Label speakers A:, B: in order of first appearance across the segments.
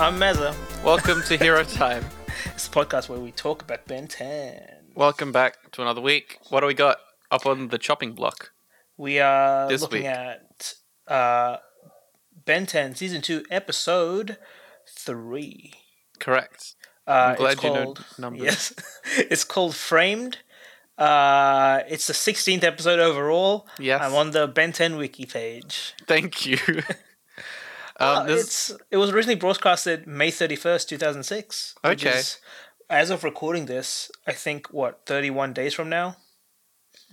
A: I'm Meza.
B: Welcome to Hero Time.
A: It's a podcast where we talk about Ben 10.
B: Welcome back to another week. What do we got up on the chopping block?
A: We are
B: This
A: looking
B: week.
A: at uh, Ben 10 Season 2, Episode 3.
B: Correct.
A: Uh,
B: I'm
A: it's
B: glad you know
A: called-
B: numbers.
A: Yes. it's called Framed. Uh, it's the 16th episode overall.
B: Yes.
A: I'm on the Ben 10 wiki page.
B: Thank you. um,
A: Uh,
B: this-
A: it's It was originally broadcasted May 31st, 2006. which
B: Okay.
A: is, as of recording this, I think, what, 31 days from now?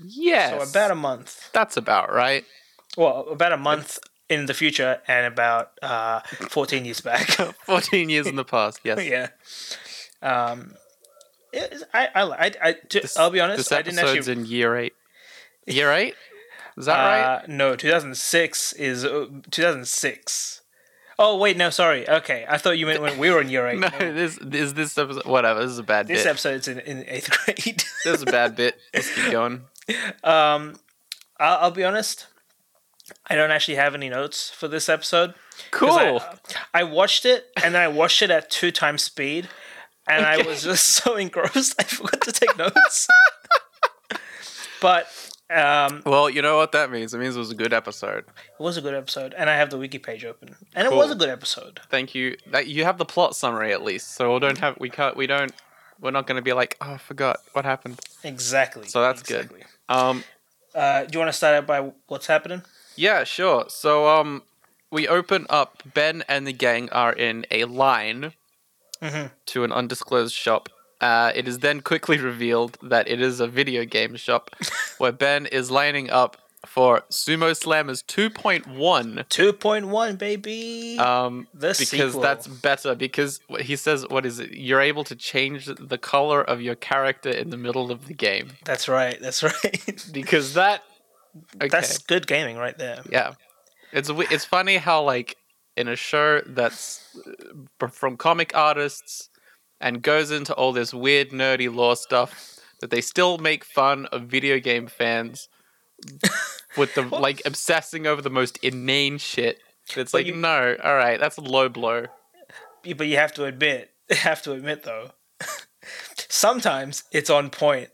B: yes.
A: So about a month.
B: that's about right.
A: well about a month in the future and about uh 14 years back
B: 14 years in the past. Yes.
A: yeah um it- I, I, I, I, to-
B: This-
A: I'll be honest.
B: This
A: I didn't actually.
B: episode's in year eight. Year eight? Is that right?
A: uh, No, 2006 is uh, 2006. Oh wait, no, sorry. Okay, I thought you meant when we were in year eight.
B: No,
A: No,
B: this is this episode. Whatever. This is a bad
A: this
B: bit.
A: episode's in, in eighth grade.
B: this is a bad bit. Let's keep going.
A: um, I'll, I'll be honest. I don't actually have any notes for this episode. 'Cause
B: Cool.
A: I, I watched it and then I watched it at two times speed, and I was just so engrossed I forgot to take notes. but um,
B: well, you know what that means. It means it was a good episode.
A: it was a good episode, and I have the wiki page open, and it was
B: Cool.
A: a good episode.
B: Thank you. That you have the plot summary at least, so we don't have we can't we don't we're not going to be like oh I forgot what happened.
A: Exactly.
B: So that's good.
A: good.
B: Um,
A: Uh, do you want to start out by what's happening?
B: yeah, sure. So um, we open up. Ben and the gang are in a line
A: Mhm.
B: to an undisclosed shop. Uh, it is then quickly revealed that it is a video game shop where Ben is lining up for Sumo Slammers 2.1.
A: Two point one, baby.
B: Um,
A: The
B: because
A: sequel.
B: that's better. Because wh- he says, "What is it? You're able to change the color of your character in the middle of the game."
A: that's right. That's right.
B: Because that, okay,
A: that's good gaming right there.
B: yeah, it's w- it's funny how like in a show that's uh, b- from comic artists and goes into all this weird nerdy lore stuff that they still make fun of video game fans with the like obsessing over the most inane shit. It's
A: But
B: like
A: you-
B: no, all right, that's a low blow.
A: But you have to admit, have to admit though, sometimes it's on point.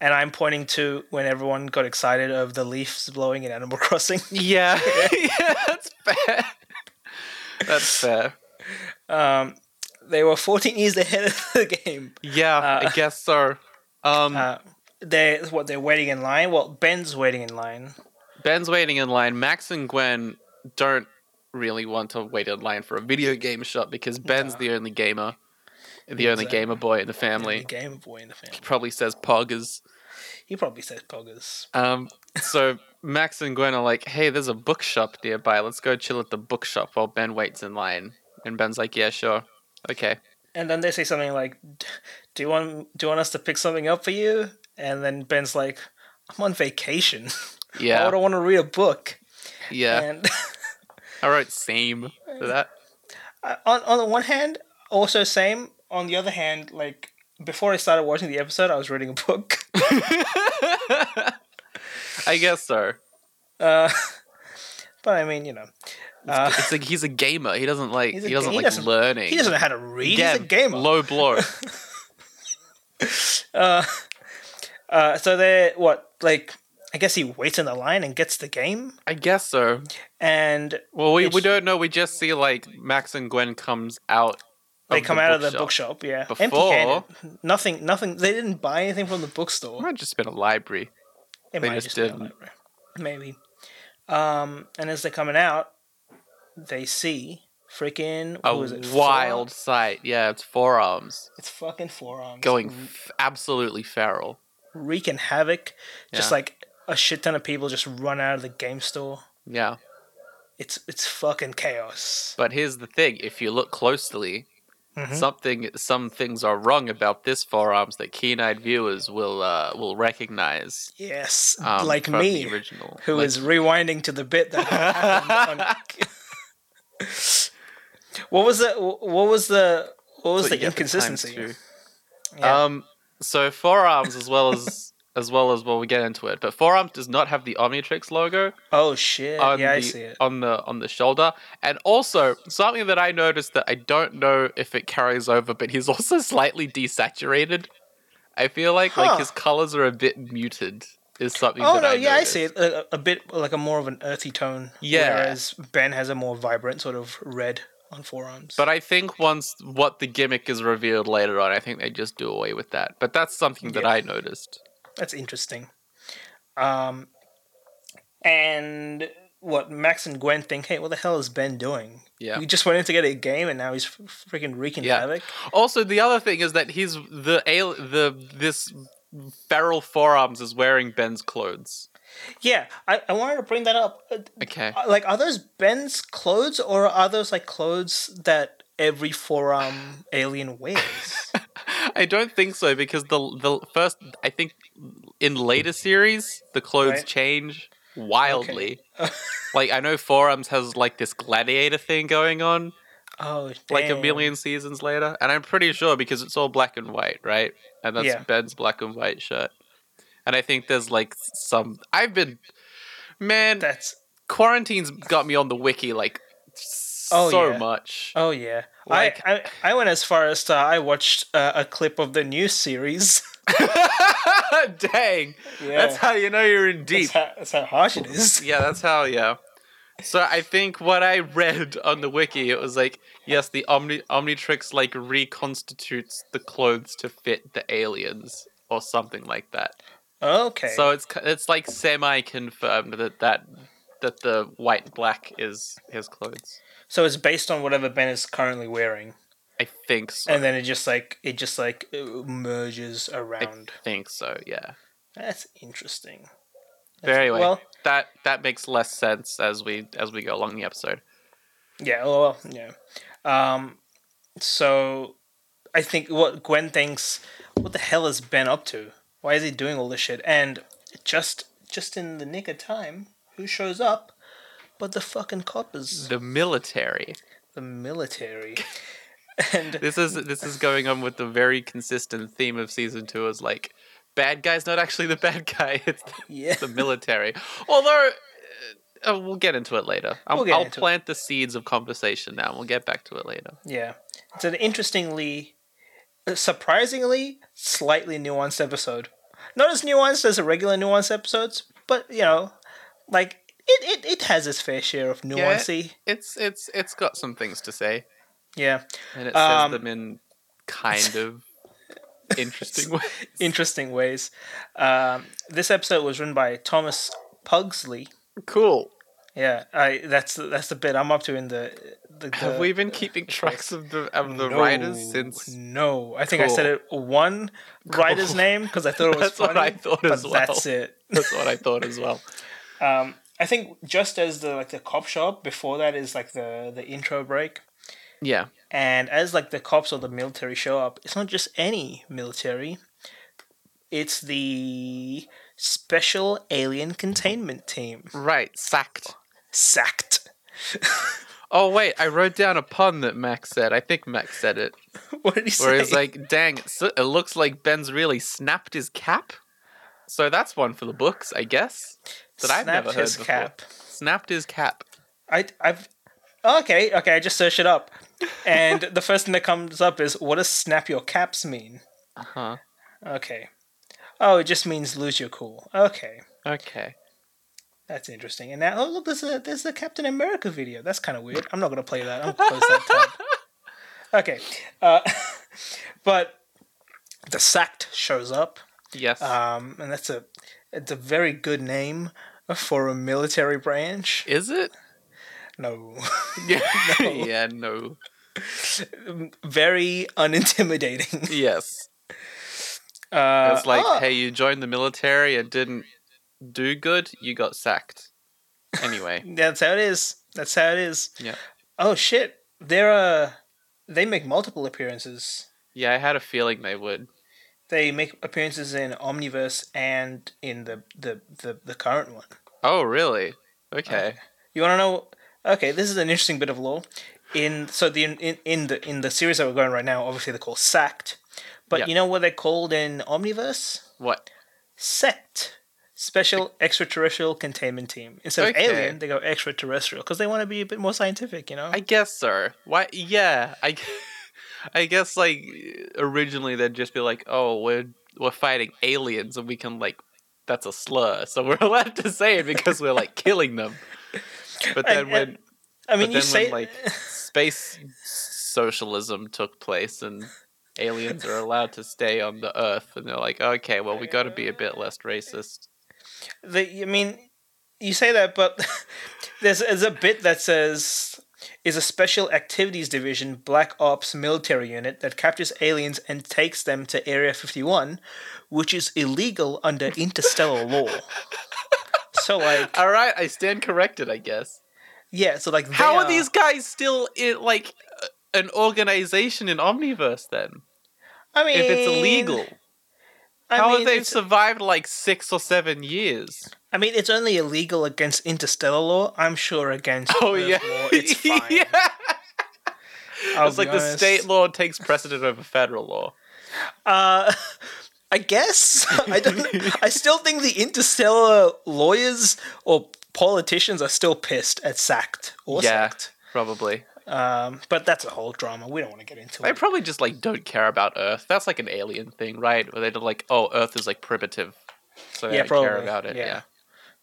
A: And I'm pointing to when everyone got excited of the leaves blowing in Animal Crossing.
B: Yeah. yeah, that's fair. That's fair.
A: Um, they were 14 years ahead of the game.
B: Yeah, I
A: Uh,
B: guess so. Um,
A: Uh, they what they're waiting in line. Well, Ben's waiting in line.
B: Ben's waiting in line. Max and Gwen don't really want to wait in line for a video game shop because Ben's
A: No.
B: the only gamer, the only
A: Exactly.
B: gamer boy in the family.
A: The Game Boy in the family.
B: Probably says poggers.
A: He probably says poggers.
B: Um, so Max and Gwen are like, "Hey, there's a bookshop nearby. Let's go chill at the bookshop while Ben waits in line." And Ben's like, "Yeah, sure, okay."
A: And then they say something like, "D- "Do you want do you want us to pick something up for you?" And then Ben's like, "I'm on vacation. I
B: Yeah,
A: would want to read a book."
B: yeah.
A: And
B: I wrote same for that.
A: Uh, on on the one hand, also same. On the other hand, like before I started watching the episode, I was reading a book.
B: I guess so.
A: Uh, but I mean, you know, uh,
B: It's like he's a gamer. He doesn't like
A: He's a
B: he doesn't
A: ga-
B: like
A: he doesn't-
B: learning.
A: he doesn't know how to read.
B: Yeah,
A: He's a gamer.
B: Low blow.
A: uh, uh, so they what like I guess he waits in the line and gets the game.
B: I guess so.
A: And
B: Well, we, we
A: It's-
B: don't know. We just see like Max and Gwen comes out.
A: they
B: of
A: come
B: the
A: out of the
B: bookshop.
A: bookshop, yeah.
B: Before-
A: empty-handed. nothing, nothing. They didn't buy anything from the bookstore.
B: It might have just been a library.
A: It
B: They
A: might
B: just
A: just be a
B: didn't.
A: library. Maybe. Um, and as they're coming out, they see freaking
B: A
A: what was it? Four-
B: wild sight. Yeah, it's forearms
A: it's fucking forearms
B: going f- absolutely feral.
A: wreaking havoc. Just
B: Yeah.
A: like a shit ton of people just run out of the game store.
B: Yeah,
A: It's it's fucking chaos.
B: but here's the thing: if you look closely,
A: Mhm.
B: something some things are wrong about this forearms that keen-eyed viewers will uh, will recognize
A: Yes,
B: um,
A: like
B: from
A: me,
B: the original
A: who
B: Like-
A: is rewinding to the bit that happened. On... what was the what was the what was
B: That's what
A: the
B: you get for times
A: inconsistency?
B: two.
A: Yeah.
B: um so forearms as well as as well as when we get into it. But Forearm does not have the Omnitrix logo
A: Oh shit!
B: on
A: yeah,
B: the
A: I see it.
B: on the on the shoulder. And also something that I noticed that I don't know if it carries over, but he's also slightly desaturated. I feel like
A: Huh.
B: like his colors are a bit muted. Is something.
A: Oh
B: that
A: no,
B: I
A: yeah,
B: noticed.
A: I see it. A, a bit like a more of an earthy tone.
B: Yeah.
A: Whereas Ben has a more vibrant sort of red on forearms.
B: But I think once what the gimmick is revealed later on, I think they just do away with that. But that's something that
A: Yeah.
B: I noticed.
A: That's interesting. Um, and what Max and Gwen think? Hey, what the hell is Ben doing?
B: Yeah.
A: We just went in to get a game, and now he's f- freaking wreaking
B: Yeah.
A: havoc.
B: Also, the other thing is that he's the al- the this feral forearms is wearing Ben's clothes.
A: Yeah, I, I wanted to bring that up. Uh,
B: Okay.
A: Like, are those Ben's clothes, or are those like clothes that every forearm alien wears?
B: I don't think so because the the first I think in later series the clothes
A: Right.
B: change wildly. like I know forearms has like this gladiator thing going on
A: oh,
B: like a
A: damn.
B: million seasons later, and I'm pretty sure because it's all black and white, right? And that's
A: Yeah.
B: Ben's black and white shirt. And I think there's like some I've been man
A: That's
B: quarantine's got me on the wiki like s-
A: Oh,
B: so
A: yeah.
B: much.
A: oh yeah.
B: Like-
A: I, I I went as far as to I watched uh, a clip of the new series.
B: Dang.
A: Yeah.
B: That's how you know you're in deep.
A: That's how, that's how harsh it is.
B: yeah, that's how, yeah. So I think what I read on the wiki, it was like, yes, the Omni Omnitrix like reconstitutes the clothes to fit the aliens or something like that.
A: Okay.
B: So it's ki- it's like semi confirmed that that that the white and black is his clothes.
A: So it's based on whatever Ben is currently wearing,
B: I think so.
A: and then it just like it just like uh, merges
B: I
A: around.
B: think so. Yeah.
A: That's interesting.
B: But anyway,
A: Well,
B: that that makes less sense as we as we go along the episode.
A: yeah. oh, Well, yeah. Um, so I think what Gwen thinks, what the hell is Ben up to? Why is he doing all this shit? And just just in the nick of time, who shows up? But the fucking coppers,
B: The military.
A: the military, and
B: This is this is going on with the very consistent theme of season two is like bad guy's not actually the bad guy. It's the,
A: yeah.
B: the military. Although. Uh, we'll get into it later. I'll,
A: We'll get
B: I'll
A: into it.
B: plant the seeds of conversation now. and We'll get back to it later.
A: Yeah. It's an interestingly, uh, surprisingly, slightly nuanced episode. Not as nuanced as the regular nuanced episodes, but, you know, like, it, it, it has its fair share of nuancy.
B: It's it's it's got some things to say.
A: Yeah.
B: And it says
A: Um,
B: them in kind of interesting way.
A: Interesting ways. Um, this episode was written by Thomas Pugsley.
B: Cool.
A: Yeah, I that's that's the bit I'm up to in the the. the
B: Have we been keeping tracks of the of the
A: Uh, No,
B: writers since?
A: No, I think I
B: Cool.
A: said it one writer's
B: Cool.
A: name because I thought it was
B: That's what
A: funny,
B: I thought
A: but
B: as well.
A: That's it.
B: That's what I thought as well.
A: Um, I think just as the like the cop shop before that is like the the intro break,
B: Yeah.
A: and as like the cops or the military show up, it's not just any military. It's the special alien containment team
B: Right. Sacked.
A: sacked.
B: Oh wait, I wrote down a pun that Max said. I think Max said it.
A: what did he
B: Where
A: say?
B: he's like, "Dang, it so- it looks like Ben's really snapped his cap." So that's one for the books, I guess. That I've never heard
A: his
B: before.
A: cap.
B: Snapped his cap.
A: I I've okay okay. I just searched it up, and the first thing that comes up is what does snap your caps mean?
B: Uh huh.
A: Okay, oh it just means lose your cool. Okay.
B: Okay.
A: That's interesting. And now, oh look, there's a there's a Captain America video. That's kind of weird. I'm not gonna play that. I'm gonna close that tab. Okay, uh, but the Sacked shows up,
B: Yes.
A: um, and that's a it's a very good name for a military branch.
B: Is it?
A: No,
B: Yeah. yeah, no.
A: very unintimidating.
B: Yes.
A: Uh,
B: It's like,
A: oh,
B: hey, you joined the military and didn't do good, you got sacked. Anyway.
A: that's how it is. That's how it is.
B: Yeah.
A: Oh shit, they're uh, they make multiple appearances.
B: yeah, I had a feeling they would.
A: They make appearances in Omniverse and in the the, the, the current one.
B: Oh, really?
A: Uh,
B: Okay.
A: You want to know? Okay, this is an interesting bit of lore. In so the in, in the in the series that we're going right now, obviously they're called Sacked, but
B: Yeah.
A: you know what they're called in Omniverse?
B: What?
A: sect special extraterrestrial containment team instead
B: Okay.
A: of alien they go extraterrestrial because they want to be a bit more scientific you know
B: I guess so. Why? Yeah, I, g- I guess like originally they'd just be like, oh, we're we're fighting aliens, and we can like, that's a slur, so we're allowed to say it because we're like killing them. But
A: I-
B: then
A: I-
B: when
A: i mean
B: but
A: you
B: then
A: say
B: when like space socialism took place and aliens are allowed to stay on the Earth, and they're like, okay, well, we got to be a bit less racist.
A: the, I mean, you say that, but there's, there's a bit that says is a special activities division black ops military unit that captures aliens and takes them to Area 51, which is illegal under interstellar law. So like,
B: All right, I stand corrected, I guess.
A: yeah. So like, they
B: How are these guys still in, like uh, an organization in Omniverse then?
A: I mean,
B: If it's illegal,
A: I
B: how
A: mean,
B: have they
A: it's-
B: survived like six or seven years?
A: I mean, it's only illegal against interstellar law. I'm sure against
B: Oh
A: Earth
B: yeah,
A: law, it's fine.
B: yeah.
A: I'll
B: It's
A: be
B: like the
A: honest.
B: state law takes precedent over federal law.
A: Uh, I guess I don't. I still think the interstellar lawyers or politicians are still pissed at sacked or
B: Yeah.
A: sacked.
B: Probably.
A: Um, but that's a whole drama. We don't want to get into
B: They
A: it.
B: probably just like don't care about Earth. That's like an alien thing, right? Where they're like, oh, Earth is like primitive, so they
A: Yeah,
B: don't care
A: probably.
B: about it.
A: Yeah.
B: Yeah.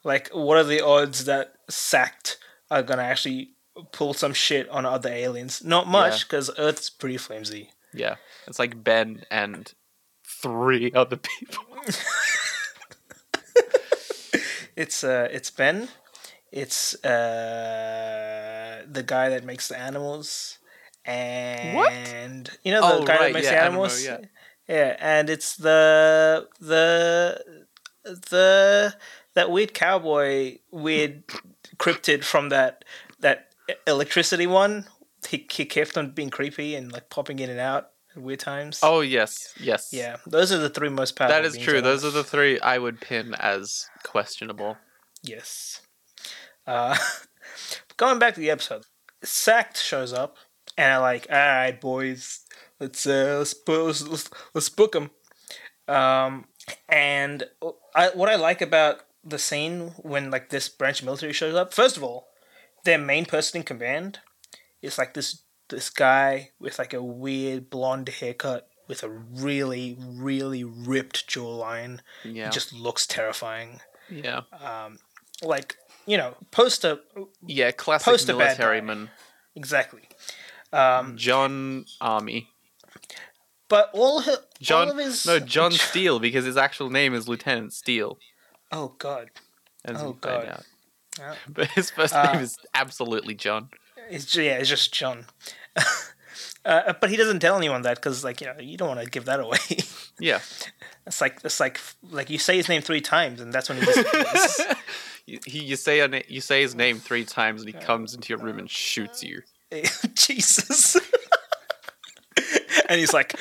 A: Like, what are the odds that sacked are gonna actually pull some shit on other aliens? Not much, because Earth's pretty flimsy.
B: yeah, It's like Ben and three other people.
A: It's uh, it's Ben, it's uh, the guy that makes the animals, and you know the
B: Oh,
A: guy that
B: right,
A: makes
B: yeah,
A: the
B: Animo,
A: animals.
B: yeah.
A: Yeah, and it's the the the that weird cowboy, weird cryptid from that that electricity one. He, he kept on being creepy and like popping in and out at weird times.
B: Oh yes, yes.
A: yeah, those are the three most powerful.
B: That is
A: beings I
B: true.
A: know.
B: Those are the three I would pin as questionable.
A: Yes. Uh, going back to the episode, Sacked shows up, and I like, all right, boys, let's uh, let's, bu- let's let's let's book them. Um, and I, what I like about the scene when like this branch military shows up, first of all, their main person in command is like this this guy with like a weird blonde haircut with a really really ripped jawline.
B: Yeah.
A: It just looks terrifying
B: yeah.
A: um, like you know poster
B: Yeah, classic
A: Post a bad
B: military
A: guy.
B: man.
A: exactly um,
B: John Army.
A: but all her
B: John
A: all of his
B: No, John Steele because his actual name is Lieutenant Steele.
A: oh god
B: As we
A: Oh,
B: find
A: God.
B: out.
A: Yeah.
B: But his first
A: Uh,
B: name is absolutely John.
A: it's ju- yeah it's just John uh, but he doesn't tell anyone that because like you know you don't want to give that away
B: Yeah.
A: it's like it's like like you say his name three times and that's when he disappears
B: you, he, you say a na- you say his name three times and he comes into your room and shoots you.
A: Eh, Jesus. and he's like,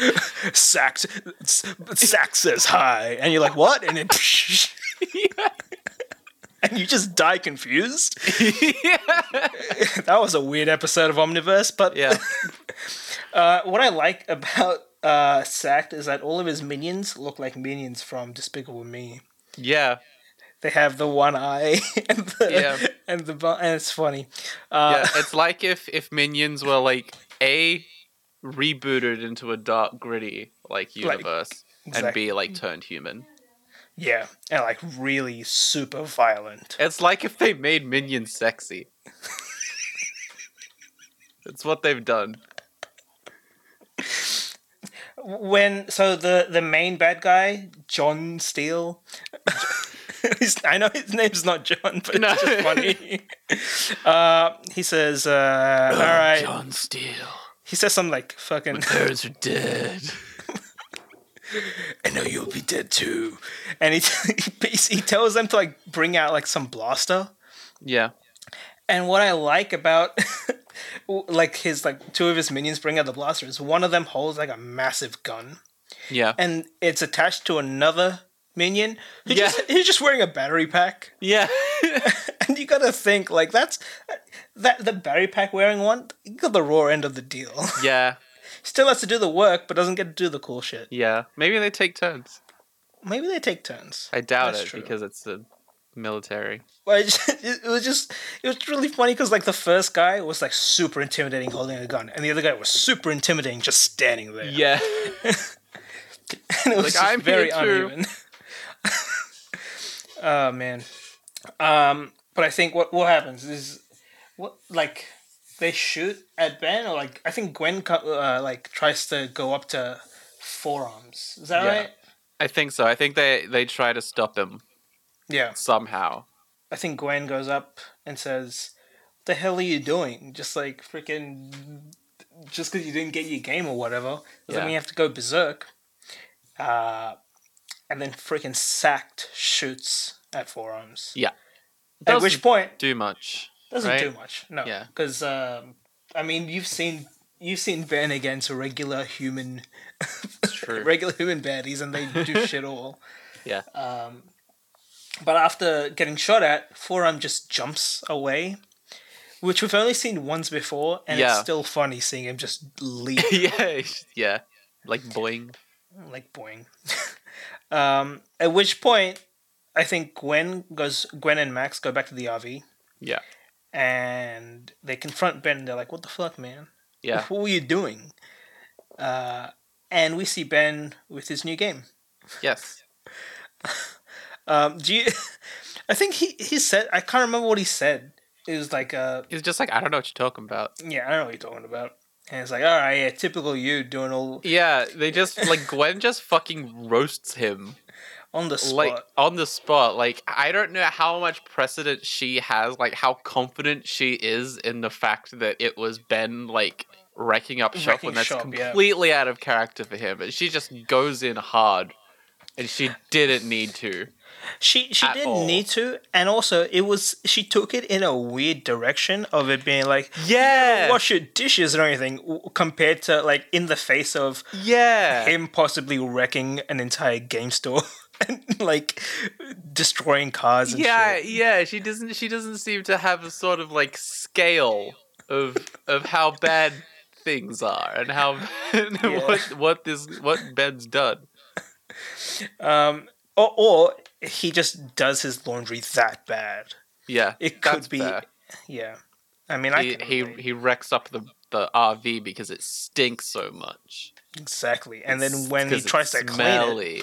A: Sax, Sax says hi. And you're like, what? And then, and you just die confused. that was a weird episode of Omniverse. But
B: Yeah.
A: uh, what I like about uh, Sax is that all of his minions look like minions from Despicable Me.
B: Yeah.
A: They have the one eye and the,
B: Yeah.
A: and the bu- and it's funny. Uh,
B: yeah, it's like if if minions were like a rebooted into a dark, gritty like universe, and
A: exactly.
B: b like turned human.
A: Yeah, and like really super violent.
B: It's like if they made minions sexy. It's what they've done.
A: When so the the main bad guy John Steele. His- I know his name's not John, but
B: No.
A: it's just funny. uh, he says, uh, "All right."
B: John Steele.
A: He says something like, "Fucking."
B: Parents are dead.
A: I know you'll be dead too. And he he tells them to like bring out like some blaster.
B: Yeah.
A: And what I like about like his like two of his minions bring out the blaster is one of them holds like a massive gun.
B: Yeah.
A: and it's attached to another minion who
B: Yeah.
A: just, who's just wearing a battery pack
B: Yeah.
A: and you gotta think like that's that the battery pack wearing one you got the raw end of the deal
B: yeah.
A: still has to do the work but doesn't get to do the cool shit
B: Yeah. Maybe they take turns.
A: Maybe they take turns.
B: I doubt
A: That's
B: it
A: true.
B: because it's the military.
A: But it, just- it was just it was really funny because like the first guy was like super intimidating holding a gun, and the other guy was super intimidating just standing there.
B: Yeah.
A: and it was
B: Like,
A: just
B: "I'm
A: very
B: here too."
A: uneven. oh man, um, but I think what what happens is what like they shoot at Ben or like I think Gwen co- uh, like tries to go up to forearms. Is that
B: Yeah.
A: right?
B: I think so. I think they they try to stop him
A: Yeah.
B: somehow.
A: I think Gwen goes up and says, "What the hell are you doing? Just like freaking, just because you didn't get your game or whatever,
B: Yeah.
A: doesn't mean you have to go berserk." Uh, and then freaking sacked shoots at forearms.
B: Yeah.
A: At which point
B: do much.
A: doesn't do
B: right?
A: much. No.
B: Yeah.
A: Because um, I mean, you've seen you've seen Ben against regular human,
B: true.
A: regular human baddies, and they do shit all.
B: Yeah.
A: Um, but after getting shot at, Forearm just jumps away, which we've only seen once before, and it's
B: Yeah.
A: still funny seeing him just leap
B: yeah, yeah. Like boing.
A: like boing. um, at which point, I think Gwen goes. Gwen and Max go back to the RV,
B: Yeah.
A: and they confront Ben. And they're like, "What the fuck, man?
B: Yeah.
A: What were you doing?" Uh, and we see Ben with his new game.
B: yes.
A: Um, do you? I think he he said. I can't remember what he said. It was like, uh,
B: He's just like, I don't know what you're talking about.
A: yeah, I know what you're talking about. And it's like, all right, yeah, typical you doing all
B: Yeah, they just like Gwen just fucking roasts him
A: on the spot.
B: like on the spot. Like I don't know how much precedent she has, like how confident she is in the fact that it was Ben like wrecking up shop
A: Wrecking
B: when that's
A: shop, yeah.
B: completely out of character for him. And she just goes in hard. And she didn't need to.
A: she she
B: at
A: didn't
B: all.
A: need to, and also it was she took it in a weird direction of it being like
B: Yeah.
A: wash your dishes or anything w- compared to like in the face of
B: Yeah.
A: him possibly wrecking an entire game store and like destroying cars. And
B: yeah
A: shit.
B: yeah she doesn't she doesn't seem to have a sort of like scale of of how bad things are and how and
A: Yeah.
B: what what this what ben's done
A: Um, or, or he just does his laundry that bad.
B: yeah
A: It could
B: that's
A: be.
B: fair.
A: Yeah, I mean, I
B: he,
A: can
B: he
A: relate.
B: he wrecks up the the rv because it stinks so much
A: exactly, and then
B: It's
A: when he
B: 'cause it's
A: tries to clean it,
B: smelly.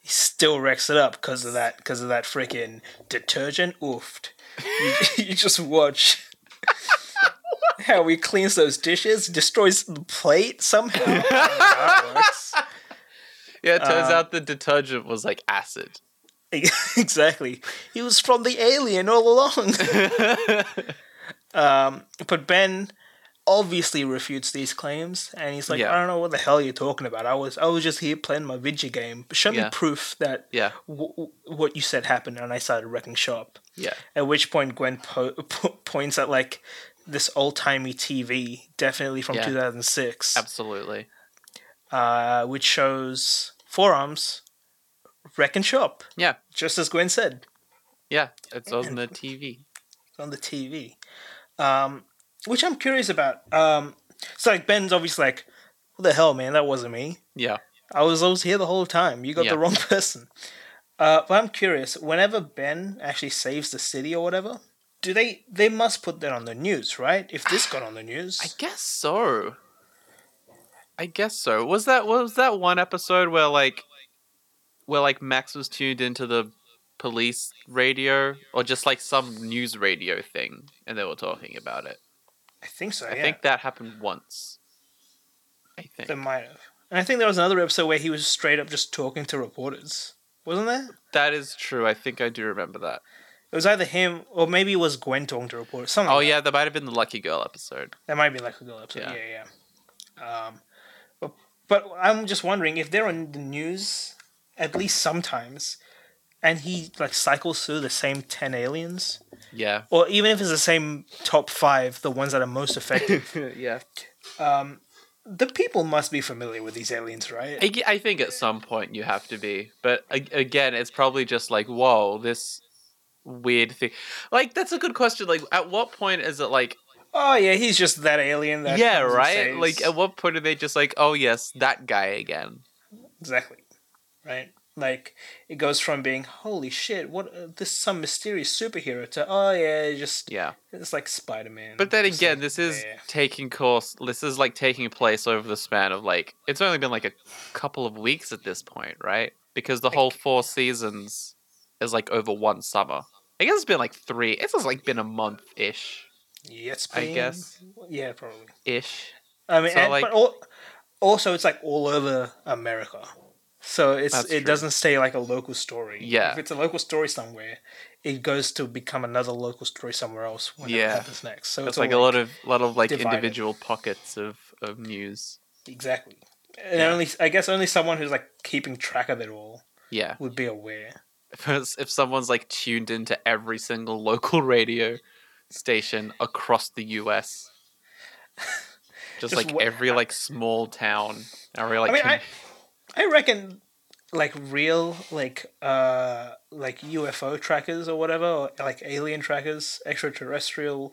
A: he still wrecks it up because of that because of that freaking detergent. Oofed. You, you just watch. How he cleans those dishes, destroys the plate somehow. I don't know how it works.
B: yeah it turns
A: Uh,
B: out the detergent was like acid
A: E, exactly. He was from the alien all along. Um, but Ben obviously refutes these claims, and he's like,
B: Yeah.
A: "I don't know what the hell you're talking about. I was I was just here playing my video game. Show me
B: Yeah.
A: proof that
B: yeah
A: w- w- what you said happened." And I started wrecking shop.
B: yeah
A: At which point, Gwen po- po- points at like this old timey TV, definitely from
B: Yeah.
A: 2006,
B: absolutely
A: uh, which shows forearms wrecking shop,
B: yeah
A: just as Gwen said
B: yeah it's on the tv
A: on the TV, um, which I'm curious about. Um, so like Ben's obviously like, "What the hell, man? That wasn't me.
B: yeah
A: I was I was here the whole time. You got
B: Yeah.
A: the wrong person." Uh, but I'm curious. Whenever Ben actually saves the city or whatever, do they they must put that on the news, right? If this got on the news,
B: I guess so. I guess so. Was that was that one episode where like where like Max was tuned into the police radio or just like some news radio thing and they were talking about it.
A: I, think so.
B: I
A: yeah,
B: think that happened once. I think.
A: they might have. And I think there was another episode where he was straight up just talking to reporters, wasn't there?
B: that is true. I think I do remember that.
A: It was either him or maybe it was Gwen talking to reporters. Something
B: Oh
A: like
B: yeah, that might have been the Lucky Girl episode.
A: That might be like a girl episode. Yeah,
B: Yeah.
A: yeah. Um, but, but I'm just wondering if they're on the news at least sometimes, and he like cycles through the same ten aliens,
B: Yeah.
A: or even if it's the same top five, the ones that are most effective.
B: yeah.
A: um, the people must be familiar with these aliens, right?
B: I, g- I think at some point you have to be, but a- again, it's probably just like, whoa, this weird thing. Like, that's a good question. Like, at what point is it like,
A: Oh yeah, he's just that alien. That
B: yeah,
A: comes and
B: right?
A: saves-
B: Like, at what point are they just like, oh yes, that guy again?
A: exactly, right? Like it goes from being holy shit, what uh, this some mysterious superhero to oh yeah, just
B: Yeah.
A: it's like Spider Man.
B: But then again, this is taking course. This is like taking place over the span of like it's only been like a couple of weeks at this point, right? Because the whole four seasons is like over one summer. I guess it's been like three. It's just like been a month ish,
A: yeah, it's
B: I
A: been-
B: guess.
A: yeah, probably.
B: ish.
A: I mean,
B: So,
A: and,
B: like-
A: but all, also it's like all over America, so it's
B: That's
A: it
B: true.
A: doesn't stay like a local story.
B: Yeah.
A: if it's a local story somewhere, it goes to become another local story somewhere else when
B: Yeah.
A: it happens next. So
B: It's
A: it's
B: like
A: all
B: a lot of lot of like
A: divided.
B: individual pockets of of news.
A: exactly, and
B: Yeah.
A: only I guess only someone who's like keeping track of it all
B: Yeah,
A: would be aware.
B: if, it's- if someone's like tuned into every single local radio station across the U.S. Just,
A: Just
B: like
A: wha-
B: every like small town, every like
A: I mean,
B: com-
A: I I reckon like real like uh like UFO trackers or whatever, or like alien trackers, extraterrestrial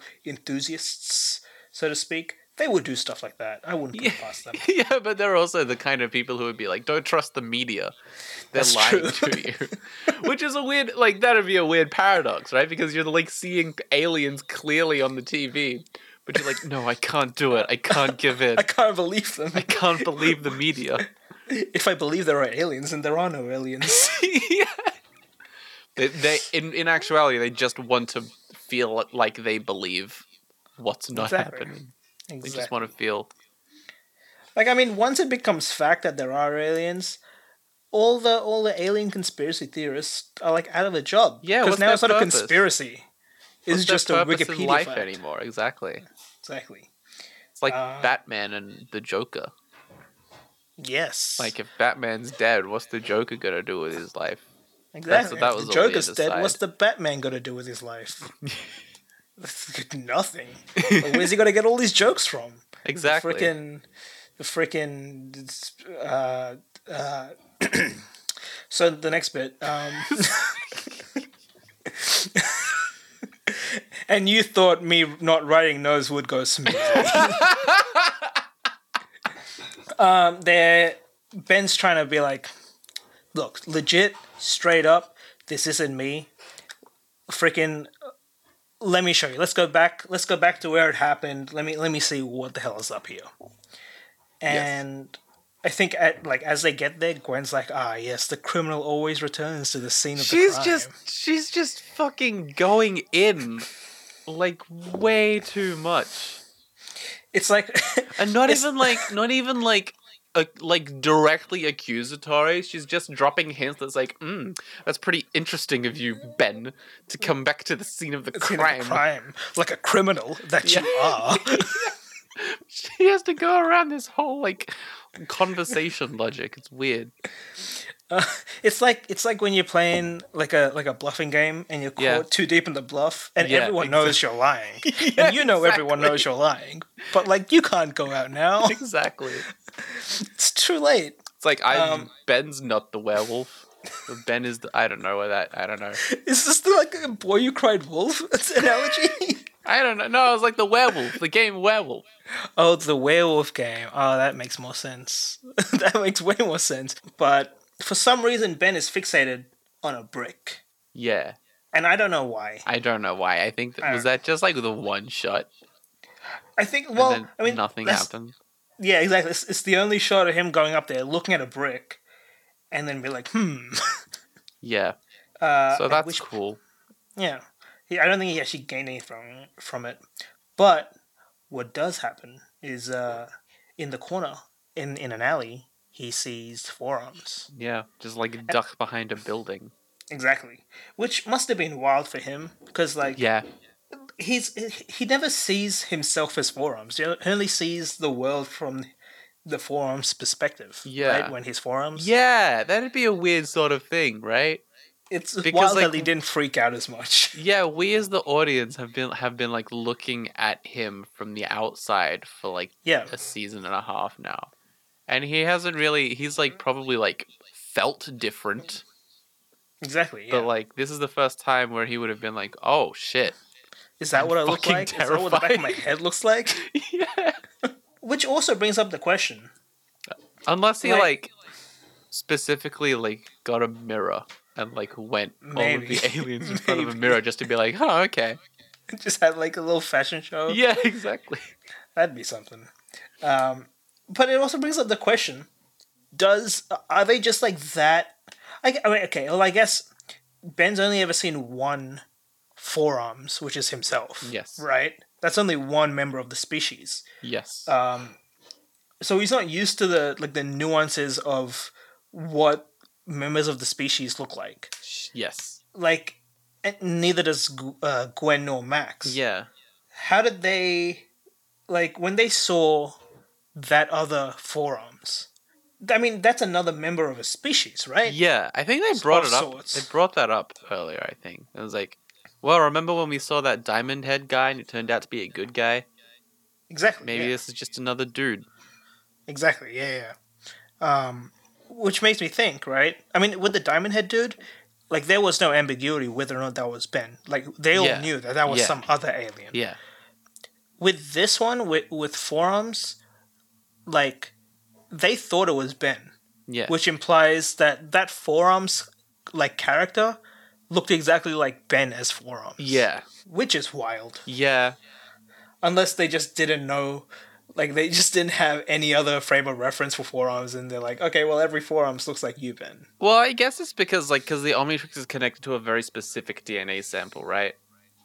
A: enthusiasts, so to speak. They would do stuff like that. I wouldn't put it
B: Yeah.
A: past them.
B: yeah, but they're also the kind of people who would be like, "Don't trust the media; they're
A: That's
B: lying
A: true.
B: to you," which is a weird, like that would be a weird paradox, right? Because you're like seeing aliens clearly on the TV, but you're like, "No, I can't do it. I can't give in.
A: I can't believe them.
B: I can't believe the media."
A: If I believe there are aliens, and there are no aliens.
B: yeah. They, they in, in actuality, they just want to feel like they believe what's not
A: Exactly.
B: happening. They
A: exactly.
B: just want to feel
A: Like I mean, once it becomes fact that there are aliens, all the all the alien conspiracy theorists are like out of a job.
B: Yeah,
A: because
B: what's
A: now
B: their
A: it's not a
B: purpose?
A: conspiracy.
B: what's
A: It's
B: their
A: just a
B: purpose
A: Wikipedia
B: in life
A: fact.
B: anymore. Exactly.
A: Exactly.
B: It's like
A: Uh,
B: Batman and the Joker.
A: Yes.
B: Like if Batman's dead, what's the Joker gonna do with his life?
A: exactly.
B: that
A: If
B: was
A: the
B: a weird
A: Joker's dead.
B: aside.
A: What's the Batman got to do with his life? Nothing. Like, where's he gonna get all these jokes from?
B: Exactly.
A: The freaking, the freaking. Uh, uh, so the next bit. Um, and you thought me not writing those would go smoothly. um, they're Ben's trying to be like, look, legit, straight up, this isn't me. Freaking, let me show you. Let's go back. Let's go back to where it happened. Let me let me see what the hell is up here. And I think at like as they get there, Gwen's like, ah, yes, the criminal always returns to the scene of
B: she's
A: the crime.
B: just she's just fucking going in like way too much.
A: It's like,
B: and not
A: It's-
B: even like not even like a, like directly accusatory she's just dropping hints that's like mm, that's pretty interesting of you ben to come back to the scene of the
A: scene of the
B: crime,
A: crime, like a criminal that you are.
B: she has to go around this whole like conversation logic it's weird
A: Uh, it's like it's like when you're playing like a like a bluffing game and you're caught
B: Yeah.
A: too deep in the bluff and
B: Yeah,
A: everyone knows you're lying and you know everyone knows you're lying but like you can't go out now
B: exactly
A: it's too late
B: it's like i
A: Um,
B: ben's not the werewolf ben is the i don't know where that i don't know
A: is this the, like a boy you cried wolf analogy
B: i don't know no i was like the werewolf the game werewolf
A: oh it's the werewolf game oh that makes more sense that makes way more sense but for some reason Ben is fixated on a brick
B: yeah
A: and I don't know why
B: i don't know why i think that, was that just like the one shot
A: I think
B: and
A: well
B: then
A: I mean
B: nothing
A: that's-
B: happened.
A: Yeah, exactly. It's, it's the only shot of him going up there, looking at a brick, and then be like, "Hmm."
B: Yeah,
A: Uh,
B: so
A: at
B: that's
A: which-
B: cool.
A: yeah. He, I don't think he actually gained anything from from it. But what does happen is, uh, in the corner, in in an alley, he sees forearms.
B: Yeah, just like duck behind a building.
A: Exactly, which must have been wild for him because like
B: Yeah,
A: he's he never sees himself as forearms. He only sees the world from the forearms perspective.
B: Yeah.
A: right? when he's forearms.
B: yeah, that'd be a weird sort of thing, right?
A: It's
B: Because,
A: wild
B: like,
A: that he didn't freak out as much.
B: Yeah, we as the audience have been have been like looking at him from the outside for like
A: Yeah,
B: a season and a half now, and he hasn't really. He's like probably like felt different,
A: exactly. Yeah.
B: but like this is the first time where he would have been like, "Oh shit."
A: is that what I look
B: fucking
A: like? Is that what the back of my
B: terrifying.
A: head looks like?
B: yeah.
A: Which also brings up the question.
B: Unless he
A: Like-
B: like specifically like got a mirror and like went
A: Maybe.
B: all of the aliens in front of a
A: Maybe.
B: mirror just to be like, oh, okay.
A: Just had like a little fashion show.
B: Yeah, exactly.
A: That'd be something. Um, but it also brings up the question: Does are they just like that? I, I mean, okay. Well, I guess Ben's only ever seen one forearms, which is himself.
B: Yes.
A: Right. That's only one member of the species.
B: Yes.
A: Um, so he's not used to the like the nuances of what members of the species look like.
B: yes.
A: Like, and neither does G- uh, Gwen nor Max
B: Yeah.
A: how did they like when they saw that other forearms i mean that's another member of a species right
B: Yeah. I think they
A: Of
B: brought it up.
A: sorts.
B: They brought that up earlier, I think. It was like, well, remember when we saw that diamond head guy and it turned out to be a good guy?
A: exactly
B: Maybe
A: yeah.
B: this is just another dude.
A: exactly yeah yeah um which makes me think right i mean with the diamond head dude like there was no ambiguity whether or not that was ben like they all
B: Yeah.
A: knew that that was
B: Yeah.
A: some other alien
B: Yeah.
A: with this one with with forearms like they thought it was ben
B: Yeah.
A: which implies that that forearms like character looked exactly like Ben as forearms.
B: yeah.
A: which is wild.
B: Yeah.
A: Unless they just didn't know, like they just didn't have any other frame of reference for forearms, and they're like, okay, well every forearms looks like you, Ben.
B: Well, I guess it's because like because the Omnitrix is connected to a very specific DNA sample, right?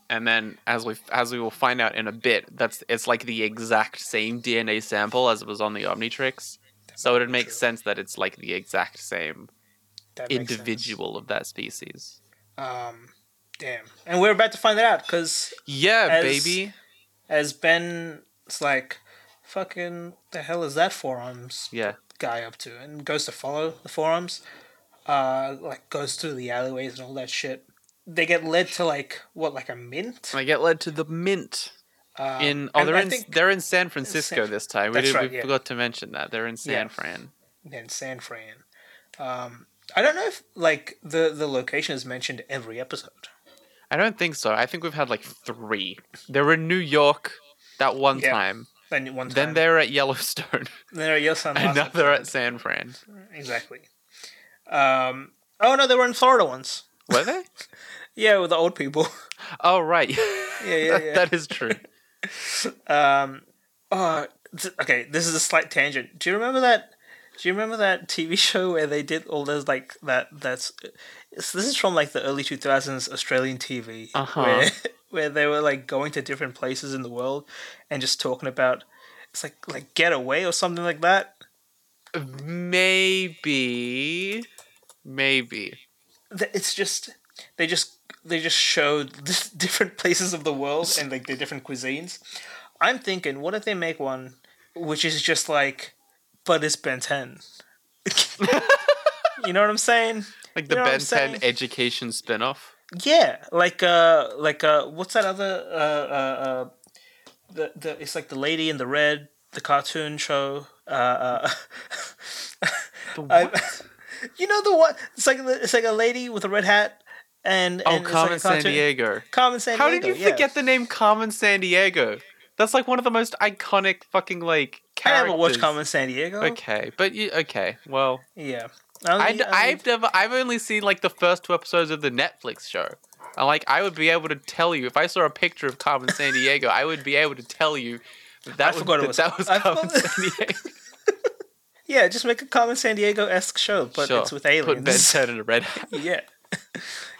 B: And then as we as we will find out in a bit, that's it's like the exact same DNA sample as it was on the Omnitrix. So it makes
A: True.
B: sense that it's like the exact same
A: That makes sense.
B: individual of that species.
A: Um, damn. And we're about to find that out because
B: Yeah,
A: As-
B: baby.
A: as Ben's like, fucking the hell is that forearms
B: Yeah.
A: guy up to and goes to follow the forums uh like goes through the alleyways and all that shit they get led to like what like a mint
B: I get led to the mint
A: uh,
B: in oh
A: and
B: they're
A: I
B: in
A: think-
B: they're in San Francisco this time. We,
A: That's
B: did,
A: right,
B: we
A: yeah.
B: forgot to mention that they're in San
A: Yeah.
B: Fran.
A: in san fran um i don't know if like the the location is mentioned every episode
B: I don't think so. I think we've had like three. They were in New York that one
A: Yeah.
B: time.
A: then one
B: Then
A: time
B: they're at Yellowstone.
A: then there yes on
B: and now they're at San Fran.
A: exactly um oh no they were in florida once
B: Were they?
A: yeah with the old people
B: Oh right.
A: Yeah, yeah,
B: That-
A: yeah.
B: that is true.
A: Um, uh, th- okay, this is a slight tangent. Do you remember that? Do you remember that TV show where they did all those like that? That's so this is from like the early two thousands Australian TV,
B: Uh-huh.
A: where where they were like going to different places in the world and just talking about it's like like get away or something like that.
B: Maybe. Maybe.
A: Th- It's just they just they just showed different places of the world and like the different cuisines. I'm thinking, what if they make one which is just like, but it's Ben Ten. you know what I'm saying?
B: Like
A: You
B: the
A: know what I'm
B: Ben 10
A: saying?
B: education spin-off.
A: Yeah, like uh, like uh, what's that other uh, uh, uh the the it's like the lady in the red, the cartoon show. Uh, uh
B: The
A: I-
B: what?
A: you know the one. It's like the- it's like a lady with a red hat, and
B: oh,
A: and
B: Carmen
A: it's like a
B: San
A: cartoon.
B: Diego.
A: Carmen San
B: How
A: Diego.
B: did you
A: yeah.
B: forget the name Carmen San Diego? That's like one of the most iconic fucking like
A: I
B: characters.
A: never watched Carmen San Diego.
B: Okay, but you okay. Well,
A: Yeah.
B: I
A: Only- only-
B: have never I've only seen like the first two episodes of the Netflix show. And like I would be able to tell you if I saw a picture of Carmen San Diego, I would be able to tell you that that, was,
A: forgot it
B: that,
A: was-
B: that was
A: I
B: Carmen
A: forgot-
B: San Diego.
A: yeah, just make a Carmen San Diego esque show, but
B: Sure,
A: it's with aliens.
B: Put Ben 10 in a red hat.
A: yeah.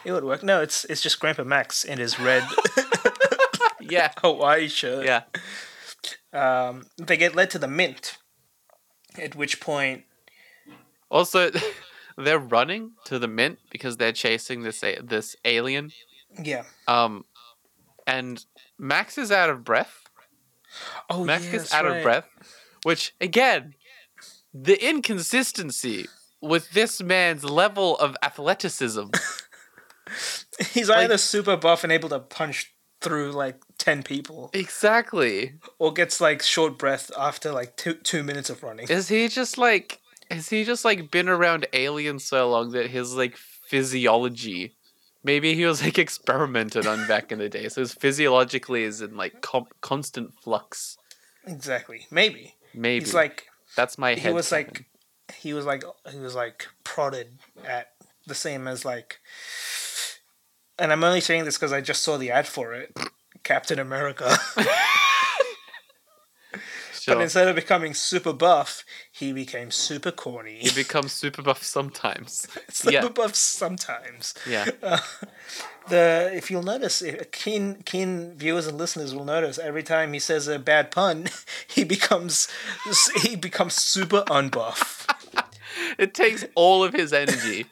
A: It would work. No, it's it's just Grandpa Max in his red
B: Yeah.
A: Hawaii shirt.
B: Yeah.
A: Um, they get led to the mint, at which point,
B: Also they're running to the mint because they're chasing this a- this alien.
A: yeah.
B: Um and Max is out of breath.
A: Oh,
B: Max
A: yeah,
B: gets
A: that's
B: out
A: right.
B: of breath, which again, the inconsistency with this man's level of athleticism.
A: He's
B: Like-
A: either super buff and able to punch through like ten people,
B: exactly.
A: or gets like short breath after like two two minutes of running.
B: Is he just like has he just like been around aliens so long that his like physiology maybe he was like experimented on back in the day so his physiologically is in like com- constant flux
A: Exactly. Maybe.
B: maybe
A: he's like
B: that's my head
A: he was like he was like he was like prodded at the same as like and I'm only saying this because I just saw the ad for it. Captain America.
B: Sure.
A: but instead of becoming super buff, he became super corny.
B: you become super buff sometimes.
A: super
B: yeah.
A: buff sometimes.
B: Yeah.
A: The if you'll notice, if- keen keen viewers and listeners will notice every time he says a bad pun, he becomes he becomes super unbuff.
B: It takes all of his energy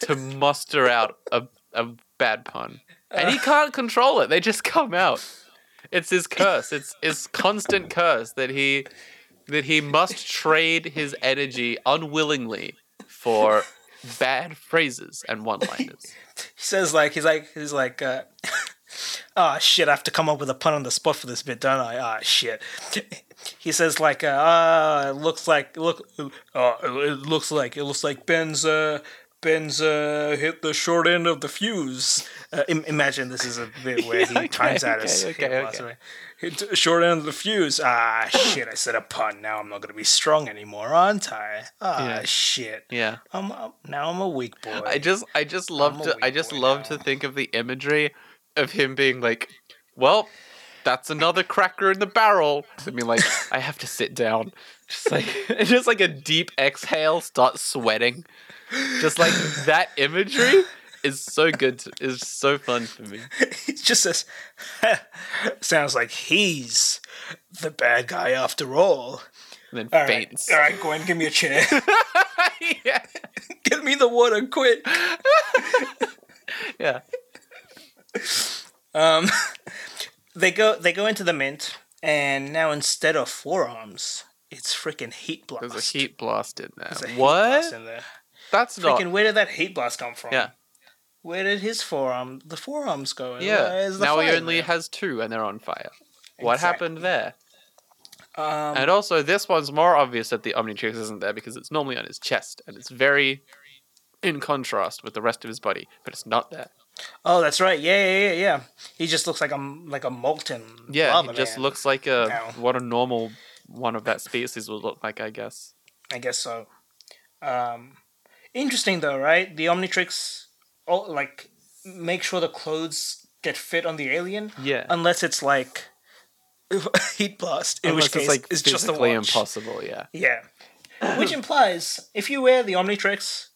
B: to muster out a, a bad pun. And he can't control it. They just come out. It's his curse. It's his constant curse that he that he must trade his energy unwillingly for bad phrases and one-liners.
A: He says like he's like he's like uh ah shit, I have to come up with a pun on the spot for this bit, don't I? Ah shit. He says like uh, ah it looks like look uh, it looks like it looks like Ben's uh Ben's uh, hit the short end of the fuse. Uh, Im- imagine this is a bit where he
B: Yeah, okay,
A: times out
B: okay,
A: his
B: okay,
A: hit last
B: okay.
A: minute. hit the short end of the fuse. Ah shit, I said a pun. Now I'm not gonna be strong anymore, aren't I? Ah
B: Yeah.
A: shit.
B: Yeah.
A: I'm, I'm now I'm a weak boy.
B: I just I just love
A: I'm a
B: to I
A: weak
B: just
A: boy
B: love
A: now.
B: to think of the imagery of him being like, Well, that's another cracker in the barrel. I mean like, I have to sit down. Just like just like a deep exhale, start sweating. Just like that imagery is so good to, is so fun for me.
A: It just says, sounds like he's the bad guy after all.
B: And then
A: All right,
B: faints.
A: all right, Gwen, give me a chair.
B: yeah.
A: give me the water, quick.
B: Yeah.
A: Um, they go, they go into the mint, and now instead of forearms, it's freaking heat blast.
B: There's a heat blast in there.
A: There's a heat
B: what?
A: blast in there.
B: that's not
A: Freaking, where did that heat blast come from?
B: Yeah.
A: Where did his forearm, the forearms go? And where
B: Yeah.
A: is the
B: Now he
A: fire
B: only
A: there?
B: has two and they're on fire. What
A: Exactly.
B: happened there?
A: Um,
B: And also, this one's more obvious that the Omnitrix isn't there because it's normally on his chest and it's very in contrast with the rest of his body, but it's not there.
A: oh, that's right. Yeah, yeah, yeah, yeah. He just looks like a like a molten.
B: Yeah,
A: lava
B: it just
A: man.
B: looks like a
A: No.
B: what a normal one of that species would look like, I guess.
A: I guess so. Um, interesting though, right? The Omnitrix, oh, like, make sure the clothes get fit on the alien,
B: Yeah,
A: unless it's like heat blast. In
B: Unless
A: which case, it's, just the
B: physically
A: watch.
B: impossible. Yeah,
A: Yeah, which implies if you wear the Omnitrix,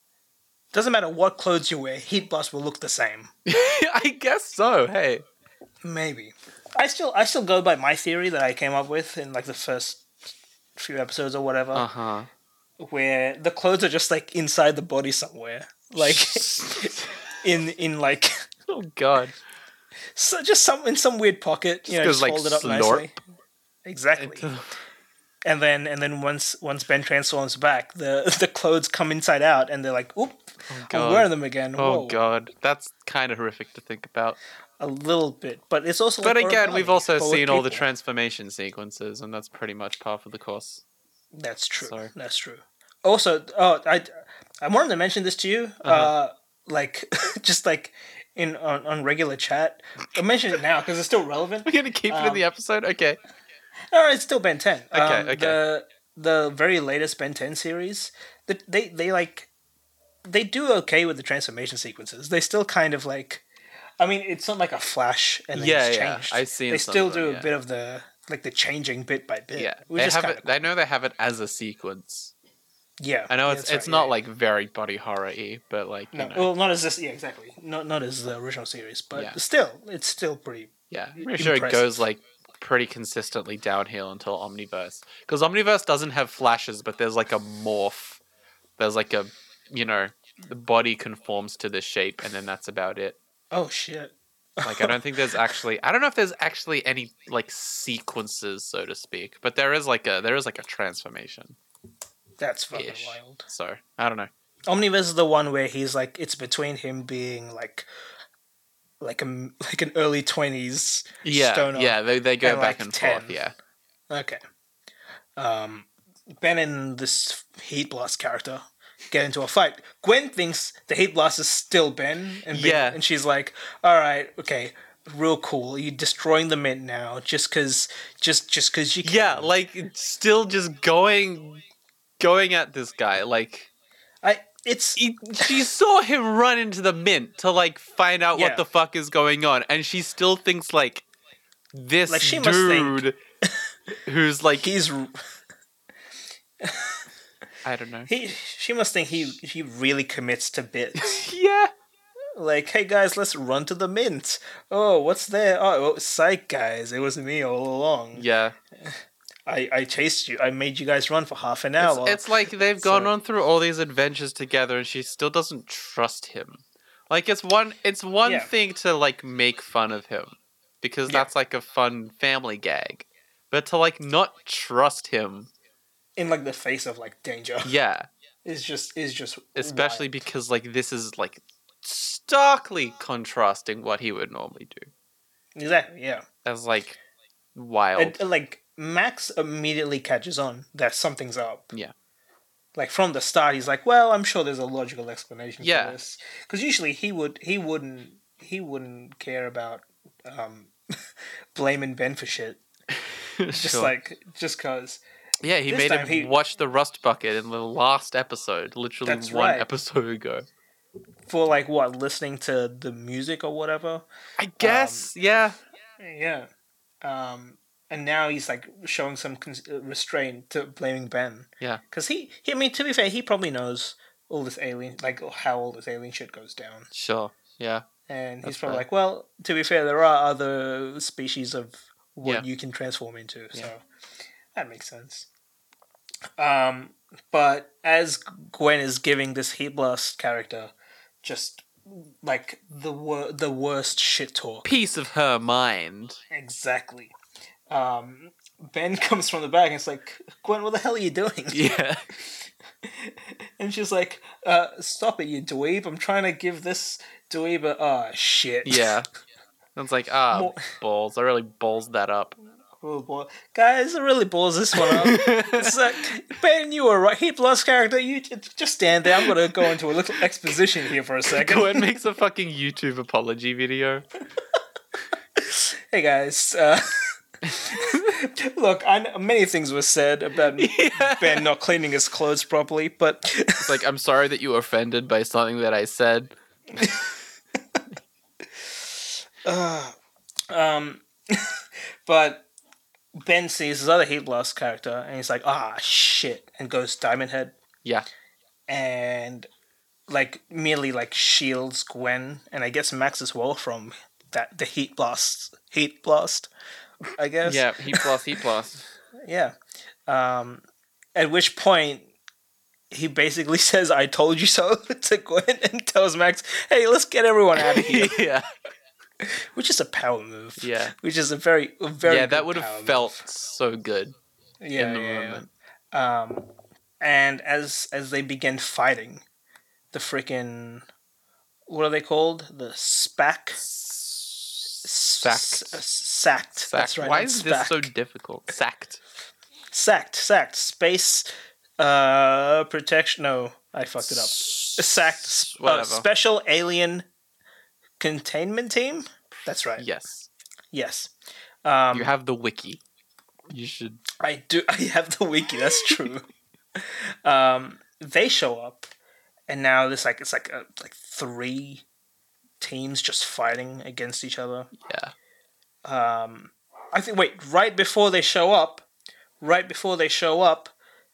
A: doesn't matter what clothes you wear, heat blast will look the same.
B: I guess so. Hey,
A: Maybe. I still, I still go by my theory that I came up with in like the first few episodes or whatever.
B: uh huh.
A: where the clothes are just like inside the body somewhere like in in like
B: Oh god,
A: so just some in some weird pocket you know
B: goes,
A: just
B: like, uh,
A: fold it up
B: slurp.
A: nicely exactly and then and then once once ben transforms back the the clothes come inside out and they're like oop i'm
B: Oh, God.
A: wearing them again
B: oh
A: Whoa.
B: god, that's kind of horrific to think about.
A: a little bit but it's also
B: But
A: like
B: again, we've
A: origami,
B: also
A: but with
B: seen all the
A: people.
B: transformation sequences, and that's pretty much par for the course.
A: That's true.
B: Sorry.
A: That's true. Also, oh, I I wanted to mention this to you.
B: Uh-huh.
A: uh like, just like in on, on regular chat. I mention it now because it's still relevant.
B: We're gonna keep it in the episode. Okay.
A: No, it's still Ben Ten. Okay.
B: okay.
A: The the very latest Ben Ten series. The, they they like they do okay with the transformation sequences. They still kind of like. I mean, it's not like a flash and then
B: Yeah,
A: it's
B: yeah.
A: changed.
B: I've seen
A: They
B: some
A: still
B: of them,
A: do
B: yeah.
A: a bit of the like the changing bit by bit.
B: Yeah,
A: which
B: they
A: is
B: have
A: kind
B: it.
A: of
B: I know they have it as a sequence.
A: yeah.
B: I know
A: yeah,
B: it's
A: that's
B: it's
A: right,
B: not
A: yeah.
B: like very body horror y, but like
A: No,
B: you know,
A: well, not as this. Yeah, exactly. Not not as the original series, but
B: Yeah.
A: still, it's still pretty.
B: yeah, I'm pretty sure it
A: impressive.
B: goes like pretty consistently downhill until Omniverse, because Omniverse doesn't have flashes, but there's like a morph. There's like a you know the body conforms to the shape, and then that's about it.
A: Oh shit!
B: Like I don't think there's actually I don't know if there's actually any like sequences so to speak, but there is like a there is like a transformation.
A: That's fucking
B: Ish.
A: wild.
B: So I don't know.
A: Omniverse is the one where he's like, it's between him being like, like a m- like an early twenties
B: yeah,
A: stoner.
B: Yeah, they, they go
A: and,
B: back
A: like,
B: and
A: 10.
B: forth. Yeah.
A: Okay. Um, Ben and this Heat Blast character get into a fight. Gwen thinks the Heat Blast is still Ben, and Ben-
B: Yeah.
A: and she's like, "All right, okay." Real cool. You're destroying the mint now, just cause, just just cause you. Can.
B: Yeah, like still just going going at this guy. Like
A: I it's
B: he, she saw him run into the mint to like find out
A: Yeah.
B: what the fuck is going on, and she still thinks like this
A: Like, she must think-
B: dude who's like
A: he's
B: I don't know.
A: he she must think he he really commits to bits.
B: yeah.
A: like, hey guys, let's run to the mint. Oh, what's there? Oh, oh, psych guys, it was me all along.
B: Yeah.
A: I I chased you. I made you guys run for half an
B: It's,
A: hour.
B: it's like they've gone
A: so-
B: on through all these adventures together and she still doesn't trust him. Like it's one it's one
A: Yeah.
B: thing to like make fun of him because
A: Yeah.
B: that's like a fun family gag. But to like not trust him.
A: in like the face of like danger.
B: Yeah.
A: It's just it's just
B: Especially
A: wild.
B: because like this is like starkly contrasting what he would normally do.
A: exactly yeah.
B: That's like wild.
A: And, uh, like Max immediately catches on that something's up.
B: Yeah.
A: Like from the start, he's like, "Well, I'm sure there's a logical explanation
B: Yeah.
A: for this." Because usually he would, he wouldn't, he wouldn't care about um, blaming Ben for shit. uh, Just
B: Sure.
A: like, just cause.
B: Yeah, he
A: This
B: made him
A: time he-
B: watch the Rust Bucket in the last episode, literally
A: That's
B: one
A: right.
B: episode ago.
A: For like what listening to the music or whatever.
B: I guess, yeah.
A: Yeah. Um, and now he's like showing some cons- uh, restraint to blaming Ben.
B: Yeah.
A: Because he, he, I mean, to be fair, he probably knows all this alien, like how all this alien shit goes down.
B: Sure. Yeah.
A: And
B: That's
A: he's probably
B: fair.
A: like, well, to be fair, there are other species of what
B: Yeah.
A: you can transform into. So
B: Yeah.
A: that makes sense. Um, but as Gwen is giving this Heat Blast character just like the wor- the worst shit talk.
B: Piece of her mind.
A: Exactly. Um, ben comes from the back and it's like, Gwen, what the hell are you doing?
B: Yeah.
A: And she's like, uh, stop it, you dweeb. I'm trying to give this dweeb a. Oh, shit.
B: Yeah. I was like, ah,
A: More-
B: balls. I really balls that up.
A: Oh, boy. Guys, it really balls this one up. it's like, Ben, you were right. Heat Blast character, you j- just stand there. I'm going to go into a little exposition here for a second.
B: Gwen makes a fucking YouTube apology video.
A: Hey, guys. Uh, look, I know many things were said about
B: Yeah.
A: Ben not cleaning his clothes properly, but.
B: It's like, I'm sorry that you were offended by something that I said.
A: Ugh. um, but Ben sees his other Heat Blast character, and he's like, "Ah, shit!" and goes Diamond Head,
B: Yeah.
A: and like merely like shields Gwen, and I guess Max as well from that the Heat Blast, Heat Blast, I guess.
B: Yeah. He plus, he plus.
A: yeah. Um, at which point. He basically says, "I told you so" to Gwen, and tells Max, "Hey, let's get everyone out of here,"
B: yeah.
A: which is a power move.
B: Yeah.
A: which is a very, a very
B: yeah, that
A: good
B: would
A: power
B: have
A: move.
B: felt so good
A: yeah,
B: in the
A: yeah, yeah.
B: moment.
A: Um, and as as they begin fighting, the freaking what are they called? The SPAC. S-
B: Sacked.
A: s- Sacked. That's
B: Sacked.
A: right.
B: Why
A: not
B: is this so
A: SPAC.
B: difficult? Sacked.
A: sacked? Sacked. Space. Uh, protection. No, I fucked it up. Sacked. s- uh,
B: Whatever.
A: special alien containment team. That's right.
B: yes.
A: Yes. Um,
B: you have the wiki. You should.
A: I do. I have the wiki. That's true. um, they show up, and now there's like it's like a, like three teams just fighting against each other.
B: Yeah.
A: Um, I think. Wait, right before they show up, right before they show up,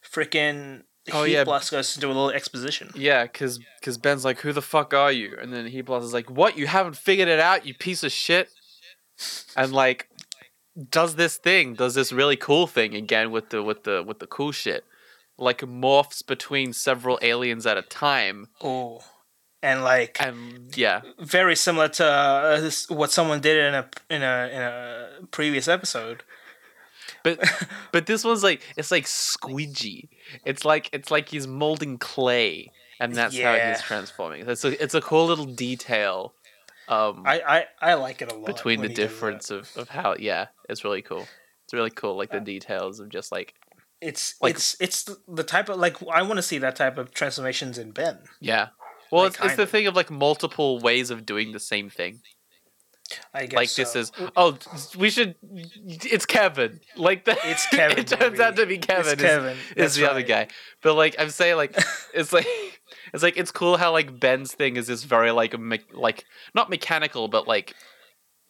A: freaking
B: Oh,
A: Heat
B: yeah.
A: Blast goes to do a little exposition.
B: Yeah, because cause Ben's like, who the fuck are you? And then he blasts is like, what? You haven't figured it out, you piece of shit? And like, does this thing, does this really cool thing again with the with the with the cool shit, like morphs between several aliens at a time,
A: Oh, and like
B: and yeah,
A: very similar to uh, this, what someone did in a in a in a previous episode.
B: but but this one's like it's like squidgy. It's like it's like he's molding clay, and that's how
A: Yeah.
B: he's transforming. It's a it's a cool little detail. Um,
A: I I, I like it a lot
B: between the
A: when he does that.
B: difference of, of how yeah it's really cool it's really cool like the details of just like
A: it's
B: Like-
A: it's it's th- the type of like I want to see that type of transformations in Ben.
B: yeah well
A: Like,
B: it's, it's
A: kind
B: the
A: of.
B: thing of like multiple ways of doing the same thing
A: I guess
B: like
A: so.
B: this is oh we should it's Kevin like that
A: It's Kevin,
B: it turns out to be Kevin
A: It's
B: is-
A: Kevin.
B: is
A: That's
B: the other
A: right.
B: guy. But like I'm saying, like it's like it's like it's cool how like Ben's thing is this very like me- like not mechanical, but like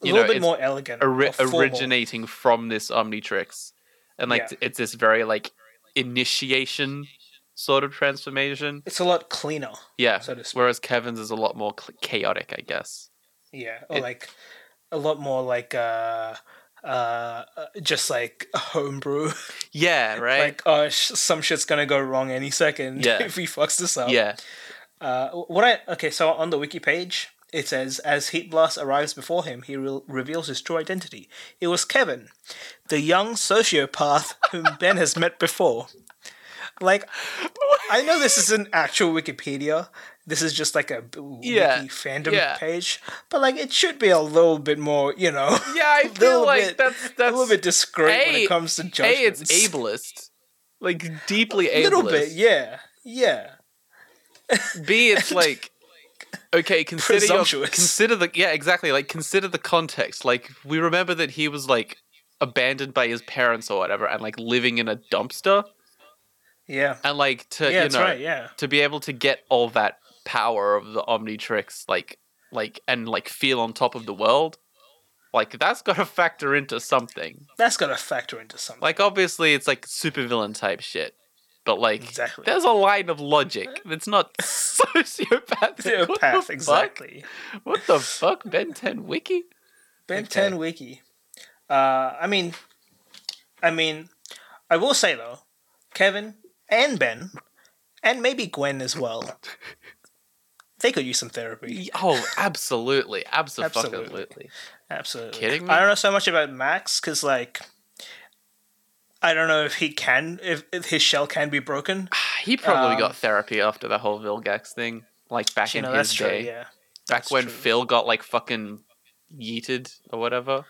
A: A
B: you
A: little
B: know,
A: bit
B: it's
A: more elegant.
B: ori-
A: or formal.
B: originating from this Omnitrix, and like
A: Yeah.
B: it's this very like initiation sort of transformation.
A: It's a lot cleaner,
B: Yeah.
A: so to speak.
B: Whereas Kevin's is a lot more cl- chaotic, I guess.
A: Yeah, or
B: It-
A: like a lot more like uh uh just like homebrew.
B: Yeah. Right.
A: like oh, sh- some shit's gonna go wrong any second
B: Yeah.
A: if he fucks this up.
B: yeah.
A: Uh, what I okay, so on the wiki page it says as Heat Blast arrives before him, he re- reveals his true identity. It was Kevin, the young sociopath whom Ben has met before. Like, I know this is an actual Wikipedia. This is just like a b-
B: Yeah,
A: wiki fandom
B: yeah.
A: page, but like it should be a little bit more, you know,
B: Yeah. I feel
A: little
B: like
A: bit-
B: that's that's
A: a little bit discreet when
B: A-
A: it comes to
B: a.
A: judgments.
B: It's ableist. Like deeply ableist.
A: A little bit, yeah, yeah.
B: B, it's like okay, consider your,
A: Presumptuous.
B: consider the yeah, exactly. Like consider the context. Like we remember that he was like abandoned by his parents or whatever, and like living in a dumpster,
A: Yeah,
B: and like to
A: yeah,
B: you
A: that's
B: know
A: right. Yeah,
B: to be able to get all that power of the Omnitrix, like like and like feel on top of the world. Like that's got to factor into something.
A: that's got to factor into something.
B: Like obviously it's like supervillain type shit, but like
A: exactly,
B: there's a line of logic that's not sociopathic. What the
A: path
B: fuck?
A: exactly.
B: What the fuck, Ben 10 Wiki?
A: Ben
B: Okay.
A: Ten Wiki. Uh, I mean, I mean, I will say though, Kevin and Ben, and maybe Gwen as well. They could use some therapy.
B: Oh, absolutely, absolutely.
A: Absolutely. Absolutely.
B: Kidding me?
A: I don't know so much about Max because, like, I don't know if he can, if, if his shell can be broken.
B: He probably
A: Um,
B: got therapy after the whole Vilgax thing, like back
A: you
B: in
A: know,
B: his
A: that's true.
B: day,
A: Yeah.
B: back
A: that's
B: when
A: true.
B: Phil got like fucking yeeted or whatever.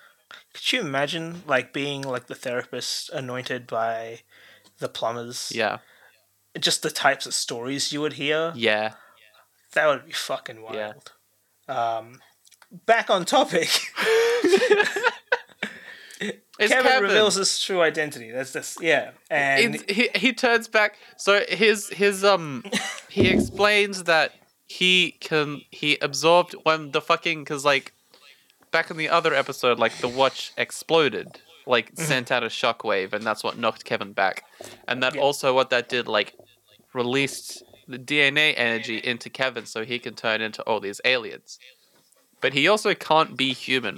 A: Could you imagine like being like the therapist anointed by the plumbers?
B: Yeah,
A: Just the types of stories you would hear.
B: yeah.
A: That would be fucking
B: Yeah.
A: wild. Um, back on topic.
B: It's
A: Kevin, reveals his true identity. That's this. Yeah, and
B: It's- he, he turns back. So his his um he explains that he can he absorbed when the fucking because like back in the other episode like the watch exploded like
A: Mm-hmm.
B: sent out a shockwave and that's what knocked Kevin back and that
A: Yeah.
B: also what that did like released the DNA energy into Kevin so he can turn into all these aliens but he also can't be human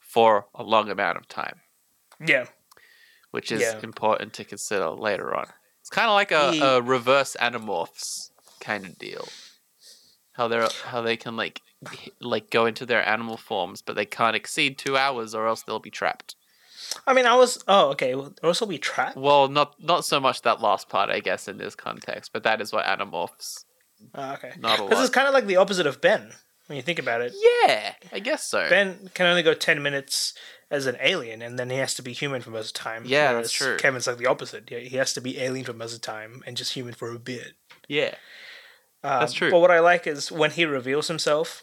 B: for a long amount of time
A: yeah,
B: which is
A: Yeah.
B: important to consider later on. It's kind of like a,
A: Ye-
B: a reverse animorphs kind of deal. How they're how they can like h- like go into their animal forms, but they can't exceed two hours, or else they'll be trapped.
A: I mean, I was. Oh, okay. Well, also, we trapped.
B: Well, not not so much that last part, I guess, in this context, but that is what animorphs.
A: Oh, okay.
B: Not a
A: This is
B: lot.
A: kind of like the opposite of Ben when you think about it.
B: Yeah, I guess so.
A: Ben can only go ten minutes as an alien, and then he has to be human for most of the time.
B: Yeah, that's
A: whereas
B: true.
A: Kevin's like the opposite. He he has to be alien for most of the time and just human for a bit.
B: yeah,
A: Um,
B: That's true.
A: But what I like is when he reveals himself,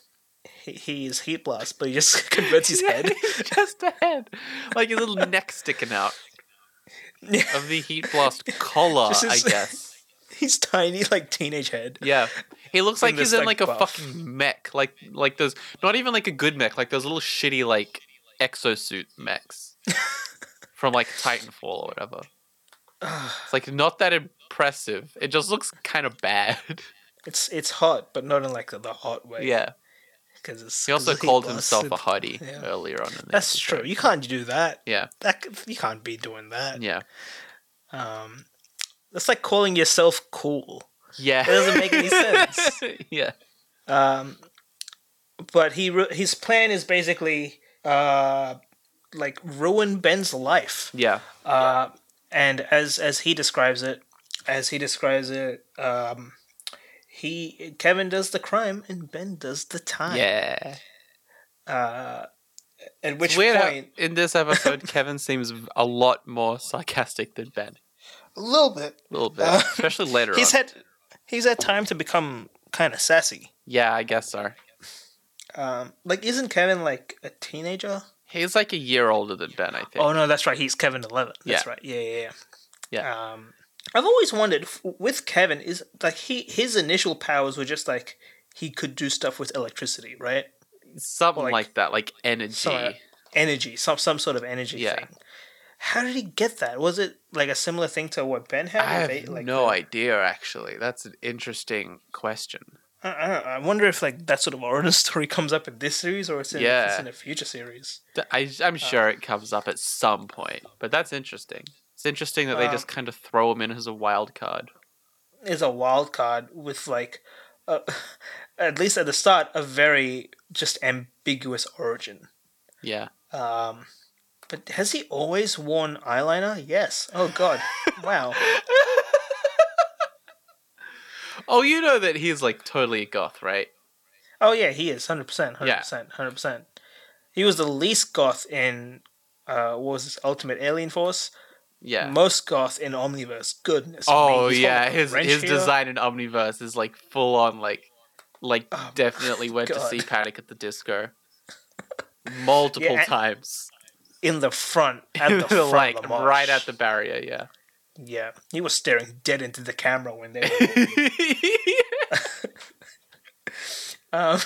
A: he, he is Heat Blast, but he just converts his head.
B: just a head, like his little neck sticking out of the heat blast collar.
A: Just his-
B: I guess.
A: He's tiny, like teenage head.
B: Yeah. He looks
A: In
B: like he's
A: this,
B: in like
A: like,
B: a
A: buff.
B: fucking mech. Like like those not even like a good mech, like those little shitty like exosuit mechs. from like Titanfall or whatever. It's like not that impressive. It just looks kind of bad.
A: It's it's hot, but not in like the, the hot way.
B: yeah.
A: because it's
B: He also
A: 'cause of Heat
B: called
A: Blast.
B: himself a hottie
A: yeah.
B: earlier on in the
A: That's
B: episode.
A: true. You can't do that.
B: Yeah.
A: That c- you can't be doing that.
B: Yeah.
A: Um, that's like calling yourself cool.
B: Yeah.
A: It doesn't make any sense.
B: yeah.
A: Um, but he ru- his plan is basically uh, like ruin Ben's life.
B: Yeah.
A: Uh, and as as he describes it, as he describes it, um, he Kevin does the crime and Ben does the time.
B: Yeah.
A: Uh, at
B: It's
A: which
B: weird how
A: point,
B: in this episode Kevin seems a lot more sarcastic than Ben.
A: a little bit,
B: A little bit.
A: Uh,
B: Especially later
A: he's
B: on.
A: had he's had time to become kind of sassy.
B: yeah, I guess so.
A: Um, like, isn't Kevin like a teenager?
B: He's like a year older than Ben, I think.
A: Oh no, that's right. He's Kevin Eleven. That's
B: Yeah.
A: right. Yeah, yeah, yeah. Yeah. Um, I've always wondered f- with Kevin is like he his initial powers were just like he could do stuff with electricity, right?
B: Something
A: like- uh,
B: like, that, like energy.
A: Sorry. Energy, some some sort of energy
B: Yeah.
A: thing. How did he get that? Was it like a similar thing to what Ben had?
B: I have
A: They, like,
B: no idea, actually. That's an interesting question.
A: I, I, I wonder if like that sort of origin story comes up in this series or it's in, if it's
B: Yeah.
A: in a future series.
B: Th- I,
A: Uh.
B: I'm sure it comes up at some point, but that's interesting. It's interesting that they just kind of throw him in as a wild card.
A: is a wild card with like uh, at least at the start a very just ambiguous origin
B: Yeah.
A: um but has he always worn eyeliner yes oh god wow
B: Oh, you know that he's like totally a goth, right?
A: oh yeah he is 100% 100%
B: Yeah.
A: 100% he was the least goth in uh what was this ultimate alien force
B: Yeah.
A: most goth in omniverse goodness me,
B: oh
A: he's got,
B: yeah,
A: like, a
B: his
A: wrench
B: his
A: here.
B: design in Omniverse is like full on like like
A: Oh,
B: definitely went to
A: God.
B: see Panic at the Disco multiple
A: and-
B: times.
A: in the front at the front
B: like
A: of the march.
B: right at the barrier, yeah.
A: yeah he was staring dead into the camera when they were Um,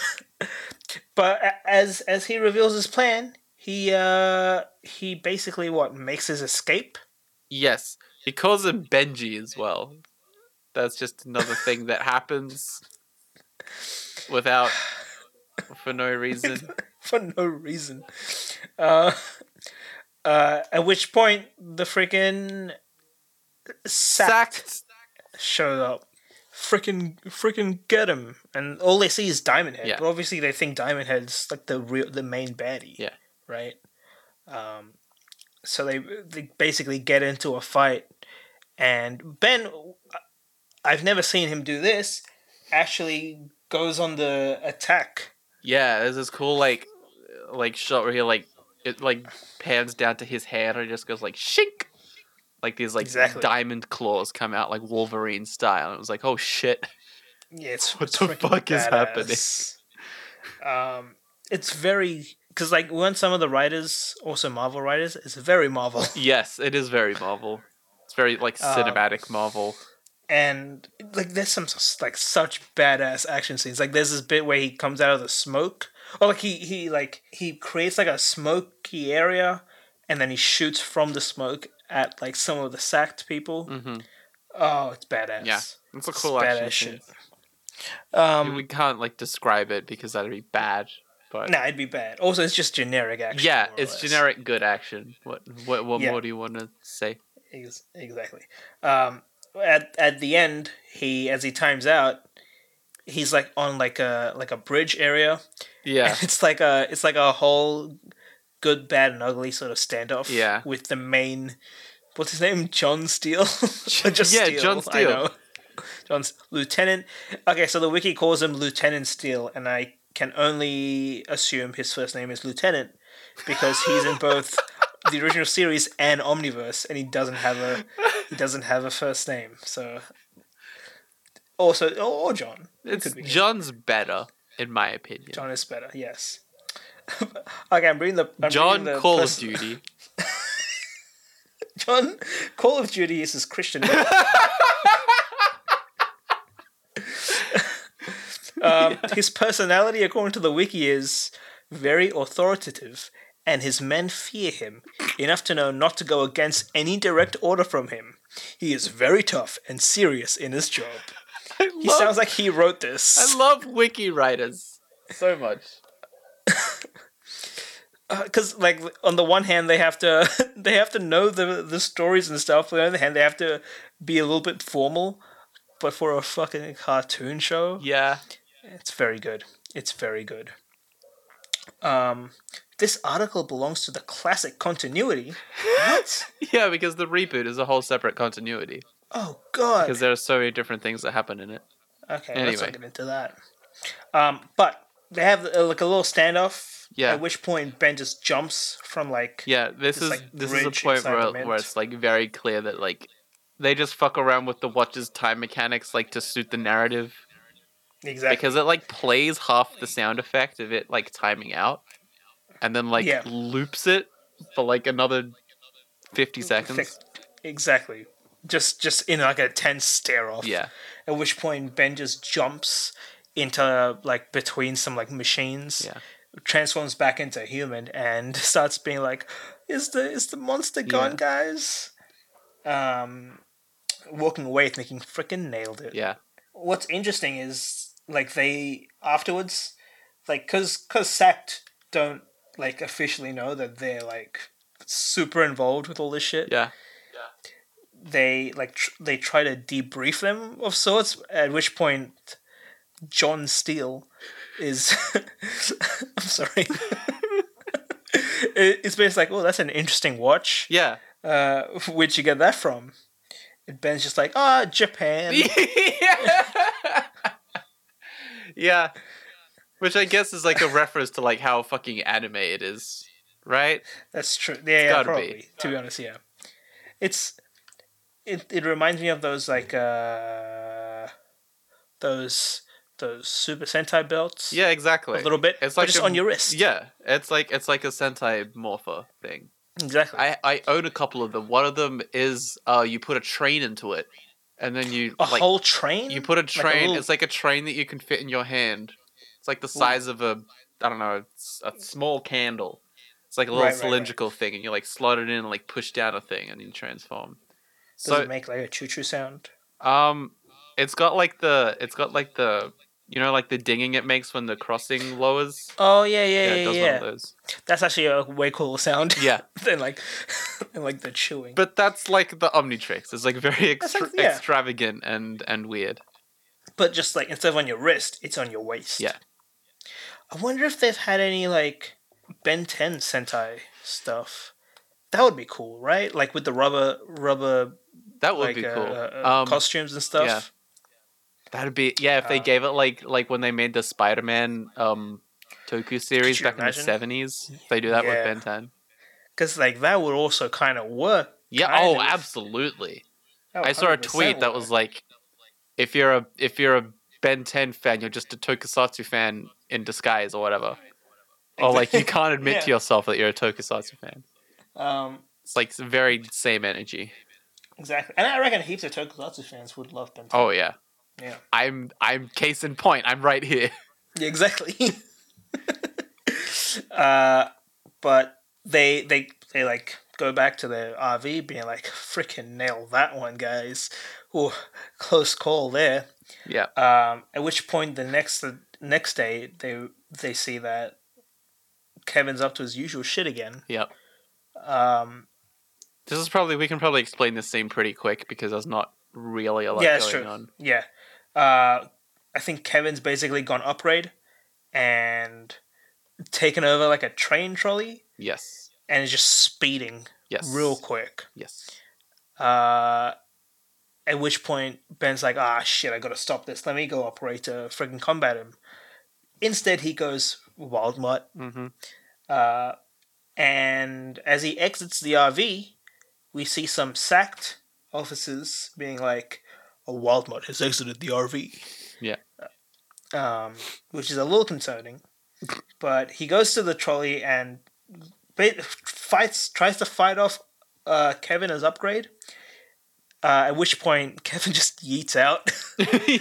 A: but a- as as he reveals his plan, he uh he basically what makes his escape.
B: yes. He calls him Benji as well. That's just another thing that happens without for no reason.
A: for no reason. Uh, uh, at which point the freaking sack
B: Sacked
A: shows up. Freaking, freaking get him! And all they see is Diamond Head.
B: Yeah.
A: But obviously, they think Diamond Head's like the real, the main baddie.
B: Yeah.
A: Right. Um, so they they basically get into a fight, and Ben, I've never seen him do this. Actually, goes on the attack.
B: Yeah, there's this cool like like shot where he like it like pans down to his hand and it just goes like shink. Like these like
A: Exactly.
B: diamond claws come out like Wolverine style. And it was like, oh shit.
A: Yeah, it's
B: What
A: it's
B: the
A: freaking
B: fuck is
A: badass. Um, it's very because like weren't some of the writers also Marvel writers? It's very Marvel.
B: Yes, it is very Marvel. It's very like
A: Uh,
B: cinematic Marvel.
A: and like there's some s- like such badass action scenes. Like there's this bit where he comes out of the smoke, or like he he like he creates like a smoky area, and then he shoots from the smoke at like some of the sacked people.
B: hmm
A: Oh, it's badass.
B: Yeah. It's a
A: It's
B: cool action
A: badass
B: scene.
A: shit. Um,
B: we can't like describe it because that'd be bad. But
A: nah, it'd be bad. Also, it's just generic action.
B: yeah,
A: more or
B: it's
A: less.
B: generic good action. What what what
A: Yeah.
B: more do you want to say?
A: Ex- exactly. Um, at at the end, he as he times out, he's like on like a like a bridge area.
B: Yeah.
A: And it's like a it's like a whole good, bad, and ugly sort of standoff.
B: Yeah.
A: With the main, what's his name, John Steele. Or just
B: Yeah, John
A: I
B: Steele.
A: know. John's Lieutenant. Okay, so the wiki calls him Lieutenant Steele, and I can only assume his first name is Lieutenant because he's in both the original series and Omniverse, and he doesn't have a he doesn't have a first name. So also, or, or John. It
B: It's
A: could be him.
B: John's better, in my opinion.
A: John is better. Yes. okay, I'm reading the I'm
B: John
A: reading the
B: Call
A: pers-
B: of Duty.
A: John Call of Duty is his Christian name. um, His personality, according to the wiki, is very authoritative, and his men fear him enough to know not to go against any direct order from him. He is very tough and serious in his job.
B: I
A: He
B: love,
A: sounds like he wrote this.
B: I love wiki writers so much.
A: because Uh, like on the one hand they have to they have to know the the stories and stuff but on the other hand they have to be a little bit formal but for a fucking cartoon show
B: Yeah.
A: it's very good it's very good um this article belongs to the classic continuity what
B: Yeah, because the reboot is a whole separate continuity
A: oh god
B: because there are so many different things that happen in it.
A: Okay, let's
B: Anyway.
A: not get into that. Um, but they have uh, like a little standoff.
B: Yeah.
A: At which point Ben just jumps from like.
B: Yeah, this
A: It's
B: is
A: like
B: this is a
A: bridge
B: point
A: inside
B: where,
A: the mint.
B: where it's like very clear that like they just fuck around with the watch's time mechanics like to suit the narrative.
A: Exactly.
B: because it like plays half the sound effect of it like timing out and then like
A: Yeah.
B: loops it for like another 50 seconds.
A: Thick- Exactly. Just just in like a tense stare off.
B: Yeah.
A: At which point Ben just jumps into like between some like machines.
B: Yeah.
A: Transforms back into a human and starts being like, "Is the is the monster gone,
B: Yeah.
A: guys?" Um, walking away thinking, "Frickin' nailed it."
B: Yeah.
A: what's interesting is like they afterwards like because because sect don't like officially know that they're like super involved with all this shit
B: Yeah.
A: they like tr- they try to debrief them of sorts at which point john steele is i'm sorry It- it's basically like oh that's an interesting watch
B: Yeah.
A: uh where'd you get that from and ben's just like ah japan
B: yeah. Which I guess is like a reference to like how fucking anime it is, right?
A: That's true. Yeah, yeah
B: gotta be.
A: probably. To be honest, yeah. It's it, it reminds me of those like uh those those Super Sentai belts.
B: Yeah, exactly.
A: A little bit.
B: It's
A: It's
B: like
A: like just
B: a-
A: on your wrist.
B: Yeah, it's like it's like a Sentai morpher thing.
A: Exactly.
B: I I own a couple of them. One of them is uh you put a train into it, and then you
A: a
B: like
A: whole train?
B: you put a train.
A: little-
B: It's like a train that you can fit in your hand. It's like the size of a I don't know it's a small candle. It's like a little
A: Right, right, right.
B: cylindrical thing, and you like slot it in and like push down a thing, and you transform.
A: Does
B: So
A: it make like a choo choo sound?
B: um, it's got like the it's got like the you know like the dinging it makes when the crossing lowers.
A: Oh yeah, yeah,
B: it
A: yeah, yeah.
B: does
A: yeah.
B: one of those.
A: That's actually a way cooler sound
B: Yeah.
A: than like than like the chewing.
B: But that's like the Omnitrix. It's like very
A: That's
B: extra-
A: like- yeah.
B: extravagant and and weird.
A: but just like instead of on your wrist, it's on your waist.
B: Yeah.
A: I wonder if they've had any like Ben Ten Sentai stuff. That would be cool, right? Like with the rubber rubber
B: That would
A: like
B: be
A: uh,
B: cool.
A: uh, uh,
B: um,
A: costumes and stuff.
B: that'd be yeah. If they
A: uh,
B: gave it like like when they made the Spider-Man um, Toku series
A: you
B: back in the
A: imagine?
B: seventies, they do that with
A: Yeah.
B: Ben Ten.
A: Because like that would also kind of work.
B: Yeah.
A: Kind
B: oh,
A: of.
B: absolutely.
A: That would
B: I saw a
A: 100%
B: tweet that
A: work.
B: was like, if you're a if you're a Ben Ten fan, you're just a Tokusatsu fan in disguise or whatever. Or like you can't admit to
A: Yeah.
B: yourself that you're a Tokusatsu fan.
A: um
B: It's like the very same energy.
A: exactly, and I reckon heaps of Tokusatsu fans would love Ben. 10.
B: Oh yeah.
A: Yeah.
B: I'm I'm case in point. I'm right here.
A: Yeah, exactly. uh, but they they they like go back to their RV, being like, "Freaking nail that one, guys! Ooh, close call there."
B: Yeah.
A: Um, at which point, the next the next day, they they see that Kevin's up to his usual shit again.
B: Yep.
A: Um,
B: This is probably we can probably explain this scene pretty quick because there's not really a lot
A: yeah,
B: going
A: that's true.
B: on.
A: Yeah. Uh, I think Kevin's basically gone upgrade and taken over like a train trolley.
B: Yes.
A: and is just speeding
B: Yes.
A: real quick.
B: Yes.
A: Uh, at which point Ben's like, "Ah, shit! I gotta stop this. Let me go operate to friggin' combat him." Instead, he goes wild mutt,
B: Mm-hmm.
A: uh, and as he exits the RV, we see some sacked officers being like, "A wild mutt has exited the RV."
B: Yeah.
A: Um, which is a little concerning, but he goes to the trolley and ba- fights, tries to fight off uh, Kevin as upgrade. Uh, at which point, Kevin just yeets out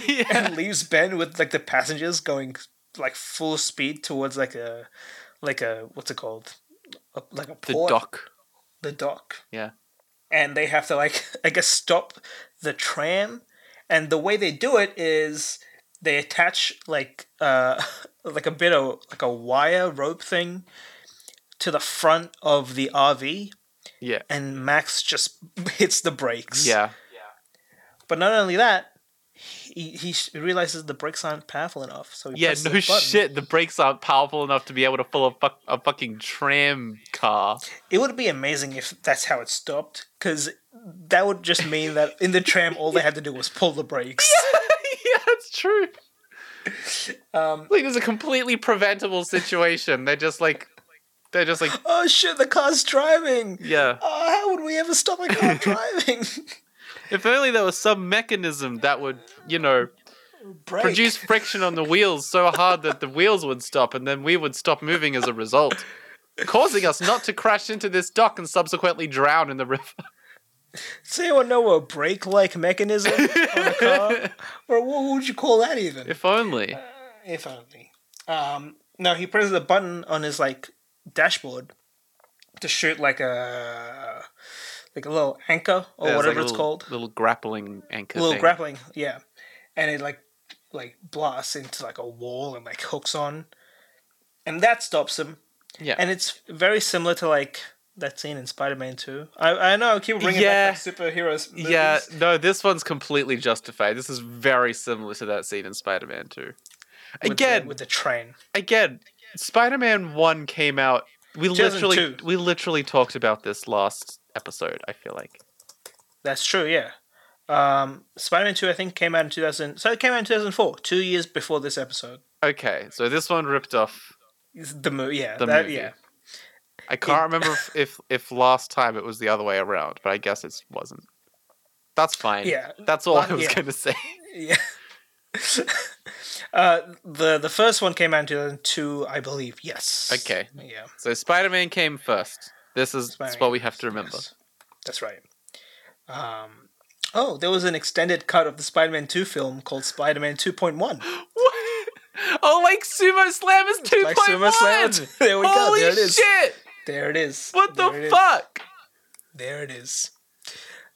B: yeah.
A: and leaves Ben with like the passengers going like full speed towards like a like a what's it called a, like a
B: The
A: port
B: dock.
A: the dock
B: Yeah.
A: and they have to like I guess stop the tram and the way they do it is they attach like uh like a bit of like a wire rope thing to the front of the RV
B: Yeah.
A: and Max just hits the brakes
B: Yeah.
A: but not only that, he, he sh- realizes the brakes aren't powerful enough. So he
B: Yeah.
A: presses
B: No
A: the button.
B: shit. The brakes aren't powerful enough to be able to pull a fuck a fucking tram car.
A: It would be amazing if that's how it stopped, because that would just mean that in the tram, all they had to do was pull the brakes.
B: yeah, that's true.
A: Um,
B: Like, there's a completely preventable situation. They're just like, they're just like,
A: oh shit, the car's driving!
B: yeah.
A: Oh, how would we ever stop a car driving?
B: If only there was some mechanism that would, you know,
A: Break.
B: produce friction on the wheels so hard that the wheels would stop and then we would stop moving as a result, causing us not to crash into this dock and subsequently drown in the river.
A: Does anyone know a brake-like mechanism on a car? Or what would you call that even?
B: If only.
A: If only. Um, now he presses a button on his like dashboard to shoot like a like a little anchor or
B: There's, like,
A: whatever
B: a
A: it's
B: little-
A: called,
B: Little grappling anchor.
A: a little
B: thing.
A: grappling, yeah, and it like like blasts into like a wall and like hooks on, and that stops him.
B: Yeah.
A: And it's very similar to like that scene in Spider-Man Two. I I know I keep bringing
B: Yeah.
A: back like, superheroes. Movies.
B: Yeah, no, this one's completely justified. This is very similar to that scene in Spider Man 2.
A: with the-
B: Again,
A: with the train.
B: again, Spider Man One came out. We
A: 2002.
B: literally, we literally talked about this last episode. I feel like
A: That's true, yeah. Um, Spider Man 2, I think, came out in 2000. So it came out in 2004, two years before this episode.
B: okay, so this one ripped off.
A: It's The movie, yeah.
B: The
A: that,
B: movie.
A: Yeah.
B: I can't remember if, if if last time it was the other way around, but I guess it wasn't. That's fine.
A: Yeah.
B: that's all
A: Well,
B: I was
A: yeah.
B: gonna say.
A: yeah. uh, the the first one came out in 2002, I believe, yes.
B: Okay.
A: Yeah.
B: So Spider Man came first. This is that's
A: Spider-Man
B: what we have to remember.
A: Yes. That's right. Um, oh, there was an extended cut of the Spider Man 2 film called Spider Man 2.1.
B: What? Oh, like Sumo Slam is two
A: Like
B: point one.
A: Sumo Slam. There we go,
B: Holy
A: there it is.
B: shit!
A: There it is.
B: What the
A: There it is.
B: fuck?
A: There it is.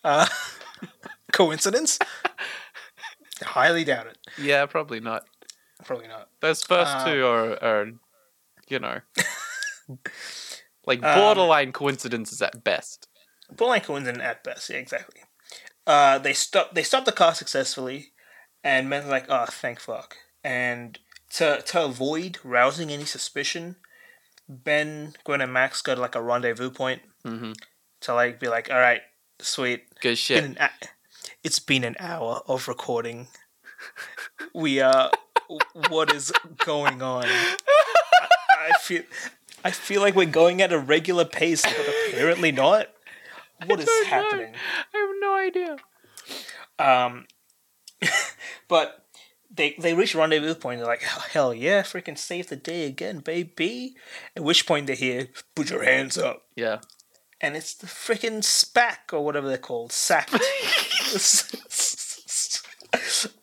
A: Uh, coincidence? Highly doubt it.
B: Yeah, probably not.
A: Probably not.
B: Those first
A: Uh,
B: two are, are, you know, like
A: Um,
B: borderline coincidences at best.
A: Borderline coincidence at best. Yeah, exactly. Uh, they stop. They stop the car successfully, and Men's like, "Oh, thank fuck!" And to to avoid rousing any suspicion, Ben, Gwen, and Max go to like a rendezvous point
B: Mm-hmm.
A: to like be like, "All right, sweet,
B: Good
A: been
B: shit.
A: an a- it's been an hour of recording. We are. what is going on? I, I feel. I feel like we're going at a regular pace, but apparently not. What is
B: don't know.
A: happening?
B: I have no idea.
A: Um, but they they reach rendezvous point. They're like, hell yeah, freaking save the day again, baby. At which point they hear, put your hands up,
B: Yeah.
A: and it's the freaking SPAC or whatever they're called, sacked.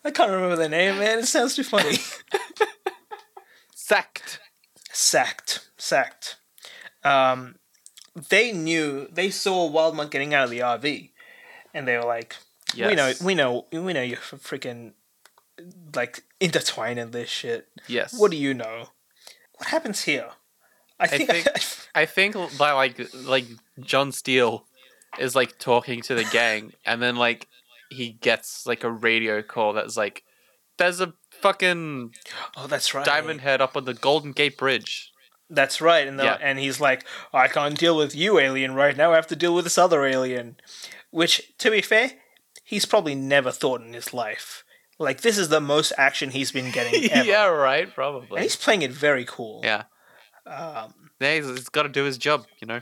A: I can't remember their name, man. It sounds too funny.
B: Sacked.
A: sacked, sacked. Um, they knew they saw Wildmont getting out of the RV, and they were like, "We know,
B: Yes.
A: we know, we know you're freaking like intertwined in this shit.
B: Yes.
A: What do you know? What happens here? I think, I,
B: I think by like like John Steele is like talking to the gang, and then like he gets like a radio call that's like, "There's a fucking
A: oh, that's right,
B: diamond head up on the Golden Gate Bridge."
A: That's right, and the,
B: Yeah.
A: and he's like, I can't deal with you, alien. Right now, I have to deal with this other alien. Which, to be fair, he's probably never thought in his life. Like this is the most action he's been getting ever,
B: yeah, right.
A: and
B: Probably.
A: he's playing it very cool.
B: Yeah.
A: Um,
B: Yeah, he's, he's got to do his job, you know.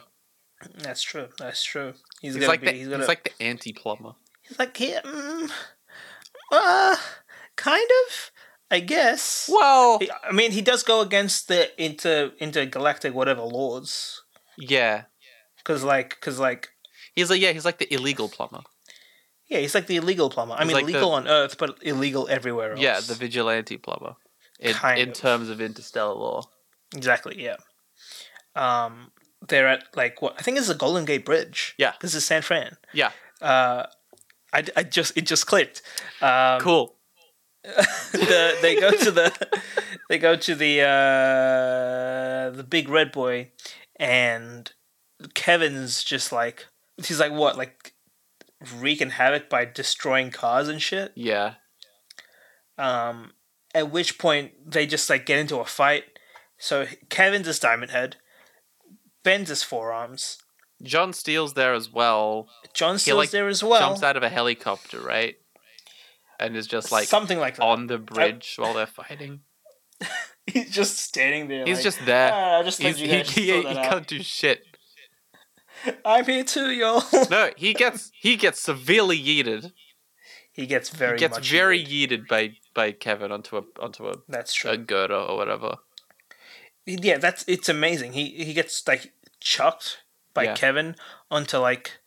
A: that's true. That's true. He's,
B: He's
A: gonna
B: like
A: be.
B: the,
A: he's
B: he's,
A: gonna.
B: like the anti plumber.
A: he's like here. Mm, uh, kind of. I guess.
B: Well,
A: He- I mean, he does go against the inter intergalactic whatever laws,
B: yeah,
A: because like, because like,
B: he's like yeah, he's like the illegal plumber.
A: Yeah, he's like the illegal plumber. I
B: He's
A: mean,
B: like the-
A: legal on Earth, but illegal everywhere else.
B: Yeah, the vigilante plumber. In,
A: Kind
B: in
A: of.
B: terms of interstellar law.
A: exactly. Yeah. Um, they're at like what I think is the Golden Gate Bridge.
B: Yeah.
A: this is San Fran.
B: Yeah,
A: Uh, I, I just it just clicked. Um,
B: cool.
A: the, they go to the they go to the uh, the big red boy, and Kevin's just like he's like what like wreaking havoc by destroying cars and shit.
B: Yeah,
A: Um, at which point they just like get into a fight. So Kevin's his diamond head, Ben's his forearms,
B: John Steele's there as well.
A: John Steele's
B: like,
A: there as well.
B: jumps out of a helicopter, right? And is just like
A: something like that.
B: on the bridge while they're fighting.
A: he's just standing there.
B: He's
A: like,
B: just there.
A: "Ah, I just
B: He's,
A: let you
B: he
A: guys
B: he,
A: sort
B: he
A: that out.
B: can't do shit.
A: I'm here too, y'all.
B: No, he gets he gets severely yeeted.
A: He gets very
B: gets
A: much
B: very uh,
A: annoyed.
B: yeeted by by Kevin onto a onto a,
A: That's
B: a
A: true.
B: girder or whatever.
A: yeah, that's it's amazing. He he gets like chucked by
B: Yeah.
A: Kevin onto like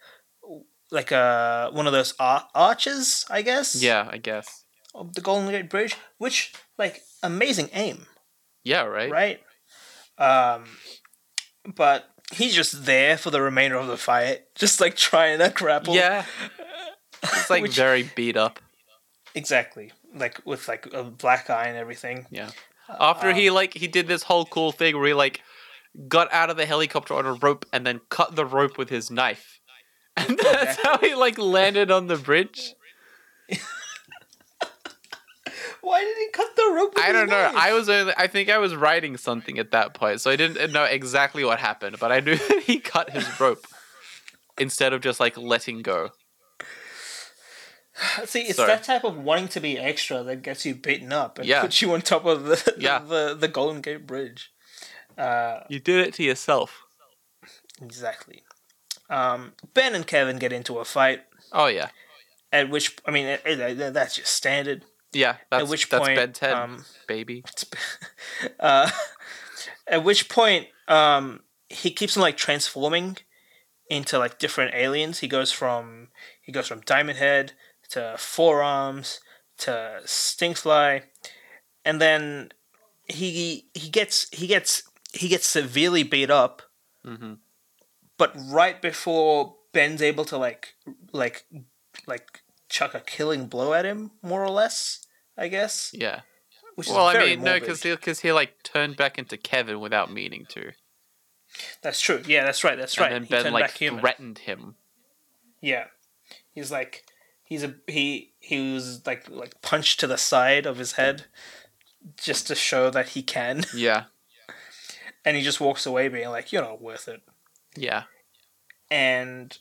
A: like uh one of those ar- arches, I guess.
B: Yeah, I guess.
A: Of the Golden Gate Bridge, which like amazing aim.
B: Yeah, right.
A: right? Um, but he's just there for the remainder of the fight, just like trying to grapple.
B: Yeah, it's like
A: Which-
B: very beat up.
A: exactly, like with like a black eye and everything.
B: After
A: Um,
B: he like he did this whole cool thing where he like got out of the helicopter on a rope and then cut the rope with his knife. And that's how he like landed on the bridge.
A: Why did he cut the rope? with
B: I
A: his
B: don't know.
A: knife?
B: I was only, I think I was writing something at that point, so I didn't know exactly what happened, but I knew that he cut his rope instead of just like letting go.
A: see. It's
B: sorry.
A: that type of wanting to be extra that gets you beaten up and
B: Yeah.
A: puts you on top of the
B: Yeah.
A: the, the Golden Gate Bridge. Uh,
B: You did it to yourself.
A: exactly. Um, ben and Kevin get into a fight.
B: Oh yeah.
A: At which I mean, eh, eh, eh, that's just standard.
B: Yeah, that's
A: At which
B: that's
A: point,
B: Ben 10,
A: um,
B: baby.
A: uh, at which point um, he keeps on like transforming into like different aliens. He goes from he goes from Diamond Head to Forearms to Stinkfly, and then he he gets he gets he gets severely beat up.
B: hmm
A: But right before Ben's able to like like like chuck a killing blow at him, more or less, I guess.
B: Yeah.
A: Which
B: Well,
A: is
B: I
A: very
B: mean, no,
A: morbid.
B: because he, 'cause he like turned back into Kevin without meaning to.
A: That's true. Yeah, that's right. That's right.
B: And
A: He
B: then Ben
A: turned
B: like
A: back human.
B: threatened him.
A: Yeah, he's like he's a he he was like like punched to the side of his head just to show that he can,
B: Yeah.
A: and he just walks away being like, "You're not worth it."
B: Yeah.
A: And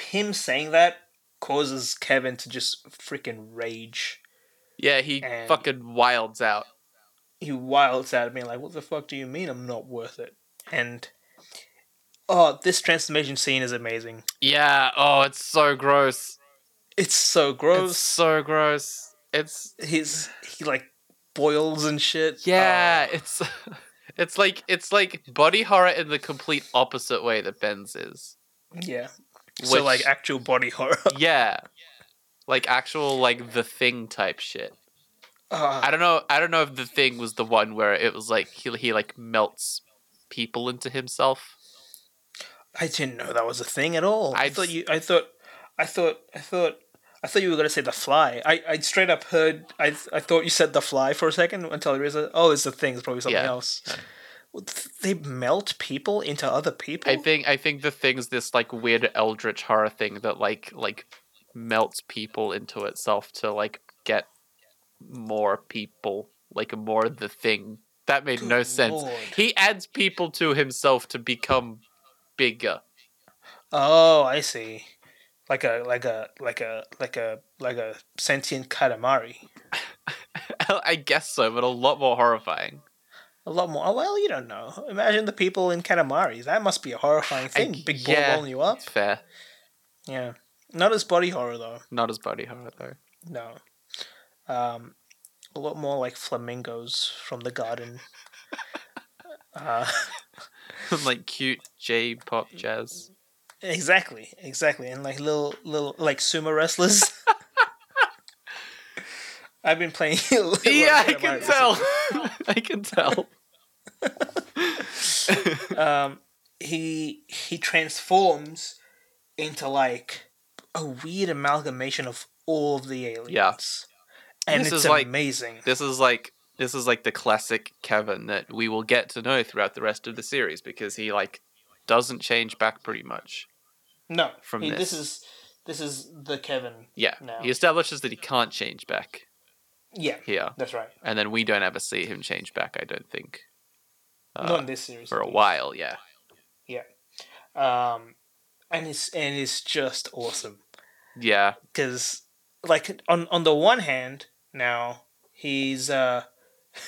A: him saying that causes Kevin to just freaking rage.
B: Yeah, he
A: And-
B: fucking wilds out.
A: He wilds out at me like, "What the fuck do you mean I'm not worth it?" And oh, this transformation scene is amazing.
B: Yeah, oh, it's so gross.
A: It's so
B: It's
A: gross.
B: so gross. It's
A: His he like boils and shit. Oh.
B: yeah, it's it's like it's like body horror in the complete opposite way that Ben's is.
A: Um, Yeah. so
B: Which-
A: like actual body horror.
B: Yeah. Like actual like the thing type shit.
A: Uh,
B: I don't know. I don't know if the thing was the one where it was like he he like melts people into himself.
A: I didn't know that was a thing at all. I
B: I'd-
A: thought you. I thought. I thought. I thought. I thought you were gonna say the fly. I, I straight up heard. I I thought you said the fly for a second until I realized. Oh, it's the thing. It's probably something
B: Yeah.
A: else. Well, th- They melt people into other people.
B: I think I think the thing's this like weird eldritch horror thing that like like melts people into itself to like get more people, like more the thing. That made no
A: Good
B: sense.
A: lord.
B: He adds people to himself to become bigger.
A: Oh, I see. Like a like a like a like a like a sentient katamari.
B: I guess so, but a lot more horrifying.
A: A lot more. Oh, well, you don't know. Imagine the people in katamari. That must be a horrifying
B: I-
A: thing. Big boy
B: yeah.
A: rolling you up.
B: Fair.
A: Yeah. Not as body horror though.
B: Not as body horror though.
A: No. Um, a lot more like flamingos from the garden. uh,
B: like cute J pop jazz.
A: exactly, exactly, and like little little like sumo wrestlers. I've been playing. a lot of
B: Yeah, I
A: Katamari
B: can
A: recently.
B: tell. I can tell.
A: um, he he transforms into like a weird amalgamation of all of the aliens. And
B: This
A: it's
B: is like-
A: amazing.
B: this is like this is like the classic Kevin that we will get to know throughout the rest of the series because he like doesn't change back pretty much.
A: No,
B: from
A: he-
B: this.
A: this is this is the Kevin.
B: Yeah.
A: No.
B: He establishes that he can't change back
A: Yeah,
B: here.
A: that's right.
B: And then we don't ever see him change back, I don't think.
A: Not
B: Uh,
A: in this series.
B: for a while, yeah.
A: Um, and it's and it's just awesome
B: Yeah.
A: because, like, on on the one hand, now he's uh,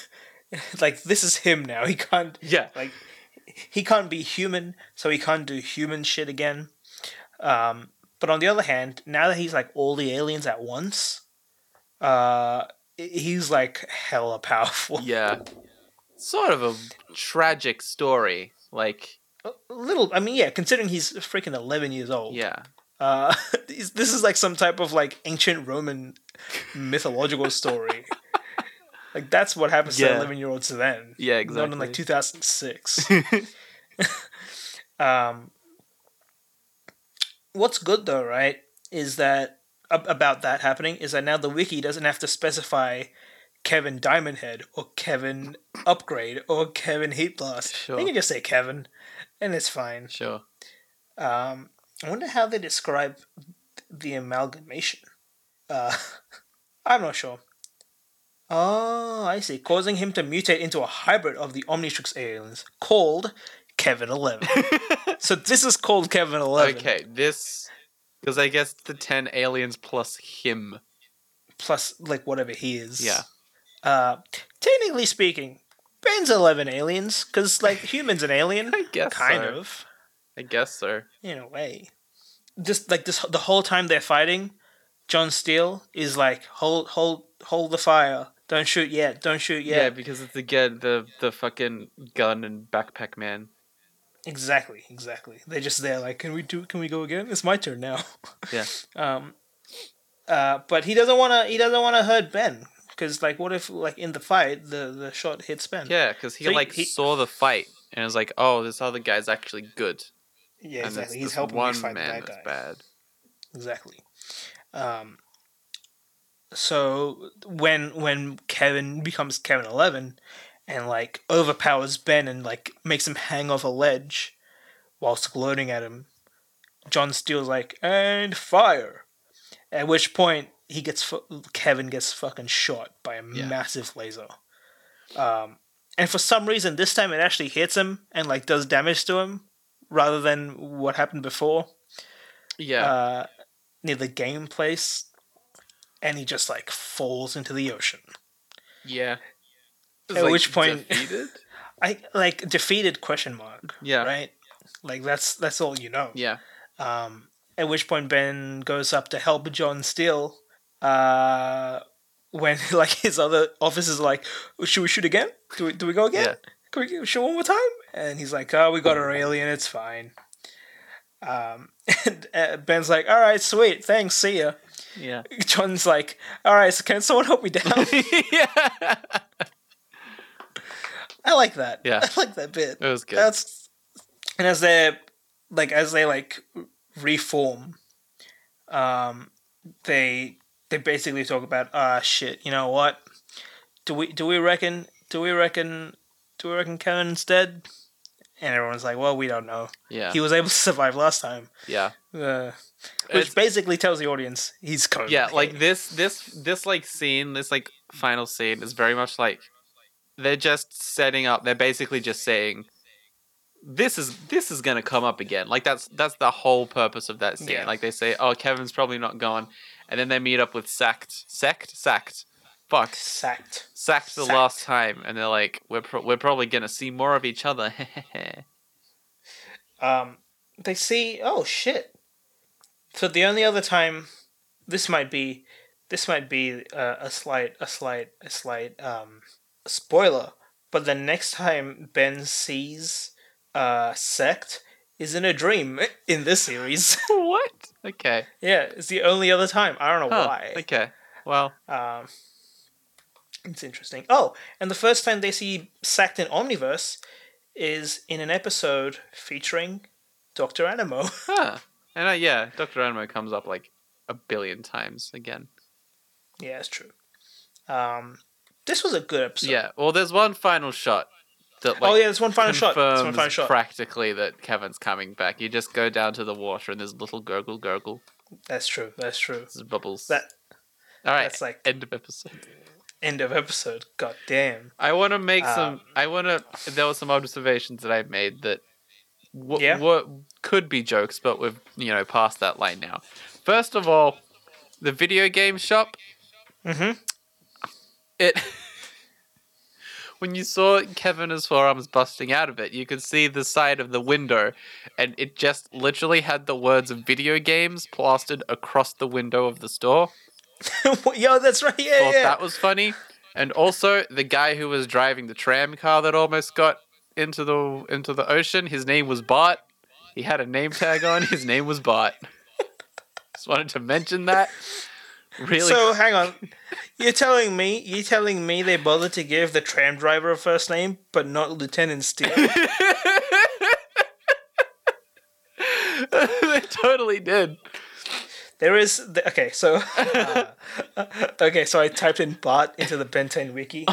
A: like this is him now. He can't
B: Yeah.
A: like he can't be human, so he can't do human shit again. Um, but on the other hand, now that he's like all the aliens at once, uh, he's like hella powerful.
B: Yeah. Sort of a tragic story. Like,
A: A little, I mean, yeah, considering he's freaking 11 years old.
B: yeah.
A: Uh, this this is like some type of like ancient Roman mythological story. like that's what happens to
B: Yeah.
A: eleven year olds then.
B: Yeah,
A: Not in
B: exactly.
A: like two thousand six. um, what's good though, right, is that ab- about that happening is that now the wiki doesn't have to specify Kevin Diamondhead or Kevin Upgrade or Kevin Heatblast. They
B: Sure.
A: can just say Kevin, and it's fine.
B: Sure.
A: Um, I wonder how they describe the amalgamation. Uh, I'm not sure. Oh, I see. Causing him to mutate into a hybrid of the Omnitrix aliens called Kevin 11. so this is called Kevin 11.
B: Okay, this. Because I guess the 10 aliens plus him.
A: Plus, like, whatever he is.
B: Yeah.
A: Uh, technically speaking, Ben's 11 aliens, because, like, human's an alien.
B: I guess
A: kind
B: so.
A: of.
B: I guess so.
A: in a way. Just like this, the whole time they're fighting, John Steele is like, "Hold, hold, hold the fire! Don't shoot yet! Don't shoot
B: Yeah.
A: yet!"
B: because it's again the the fucking gun and backpack man.
A: Exactly, exactly. They're just there, like, "Can we do? Can we go again? It's my turn now."
B: Yeah.
A: um, uh, but he doesn't want to. He doesn't want to hurt Ben because, like, what if, like, in the fight, the the shot hits Ben?
B: Yeah, because he
A: So he-
B: like
A: he-
B: saw the fight and was like, "Oh, this other guy's actually good."
A: yeah,
B: and this,
A: exactly. He's
B: this
A: helping me
B: one
A: fight
B: man
A: the bad
B: that's
A: guy.
B: bad.
A: Exactly. Um, so when when Kevin becomes Kevin Eleven, and like overpowers Ben and like makes him hang off a ledge, whilst gloating at him, John Steele's like and fire, at which point he gets fu- Kevin gets fucking shot by a
B: Yeah.
A: massive laser. Um, and for some reason this time it actually hits him and like does damage to him, rather than what happened before
B: Yeah,
A: uh, near the game place, and he just like falls into the ocean.
B: yeah. It was,
A: at which point-
B: defeated?
A: I like defeated question mark.
B: Yeah.
A: Right. Like that's that's all you know.
B: yeah,
A: Um, at which point Ben goes up to help John Steele. Uh, when like his other officers are like, should we shoot again? Do we do we go again?
B: Yeah.
A: Can we shoot one more time? And he's like, oh, we got our alien. It's fine. Um, and uh, Ben's like, all right, sweet, thanks, see ya.
B: yeah,
A: John's like, all right, so can someone help me down?
B: yeah.
A: I like that.
B: Yeah.
A: I like that bit.
B: It was good.
A: That's and as they like as they like reform, um, they they basically talk about ah shit. You know what? Do we do we reckon? Do we reckon? Do we reckon Kevin's dead? And everyone's like, well, we don't know.
B: yeah,
A: He was able to survive last time,
B: yeah,
A: uh, which
B: It's-
A: basically tells the audience he's COVID.
B: yeah. Like this, this, this like scene, this like final scene is very much like they're just setting up. They're basically just saying. This is this is gonna come up again. Like that's that's the whole purpose of that scene.
A: Yeah.
B: Like they say, oh, Kevin's probably not gone, and then they meet up with Sacked, Sect, Sacked, fuck,
A: sacked.
B: sacked the
A: Sacked.
B: last time, and they're like, "We're pro- we're probably gonna see more of each other."
A: um, they see oh shit so the only other time this might be this might be uh, a slight a slight a slight um, spoiler but the next time ben sees uh, sect is in a dream in this series
B: what? Okay.
A: yeah it's the only other time i don't know
B: Huh.
A: why
B: Okay. Well,
A: um, it's interesting. Oh, and the first time they see Sacked in Omniverse is in an episode featuring Doctor Animo.
B: huh. And uh, yeah, Doctor Animo comes up like a billion times again.
A: yeah, it's true. Um, this was a good episode.
B: yeah. Well, there's one final shot that like
A: oh yeah, there's one final shot.
B: confirms
A: There's one final shot.
B: practically that Kevin's coming back. You just go down to the water and there's little gurgle, gurgle,
A: that's true. That's true.
B: there's bubbles.
A: That-
B: All right.
A: That's like
B: End of episode.
A: end of episode. God damn.
B: I want to make
A: Um,
B: some. I want to. There were some observations that I made that w-
A: Yeah?
B: w- could be jokes, but we've you know passed that line now. First of all, the video game shop.
A: Mhm.
B: It. When you saw Kevin his forearms busting out of it, you could see the side of the window, and it just literally had the words "video games" plastered across the window of the store.
A: Yo, that's right. Yeah,
B: thought
A: yeah.
B: that was funny. And also the guy who was driving the tram car that almost got into the into the ocean, his name was Bart. He had a name tag on, his name was Bart. Just wanted to mention that. Really
A: So hang on, you're telling me you're telling me they bothered to give the tram driver a first name, but not Lieutenant Steele?
B: they totally did.
A: there is the, okay. So okay, so I typed in Bart into the Ben 10 wiki,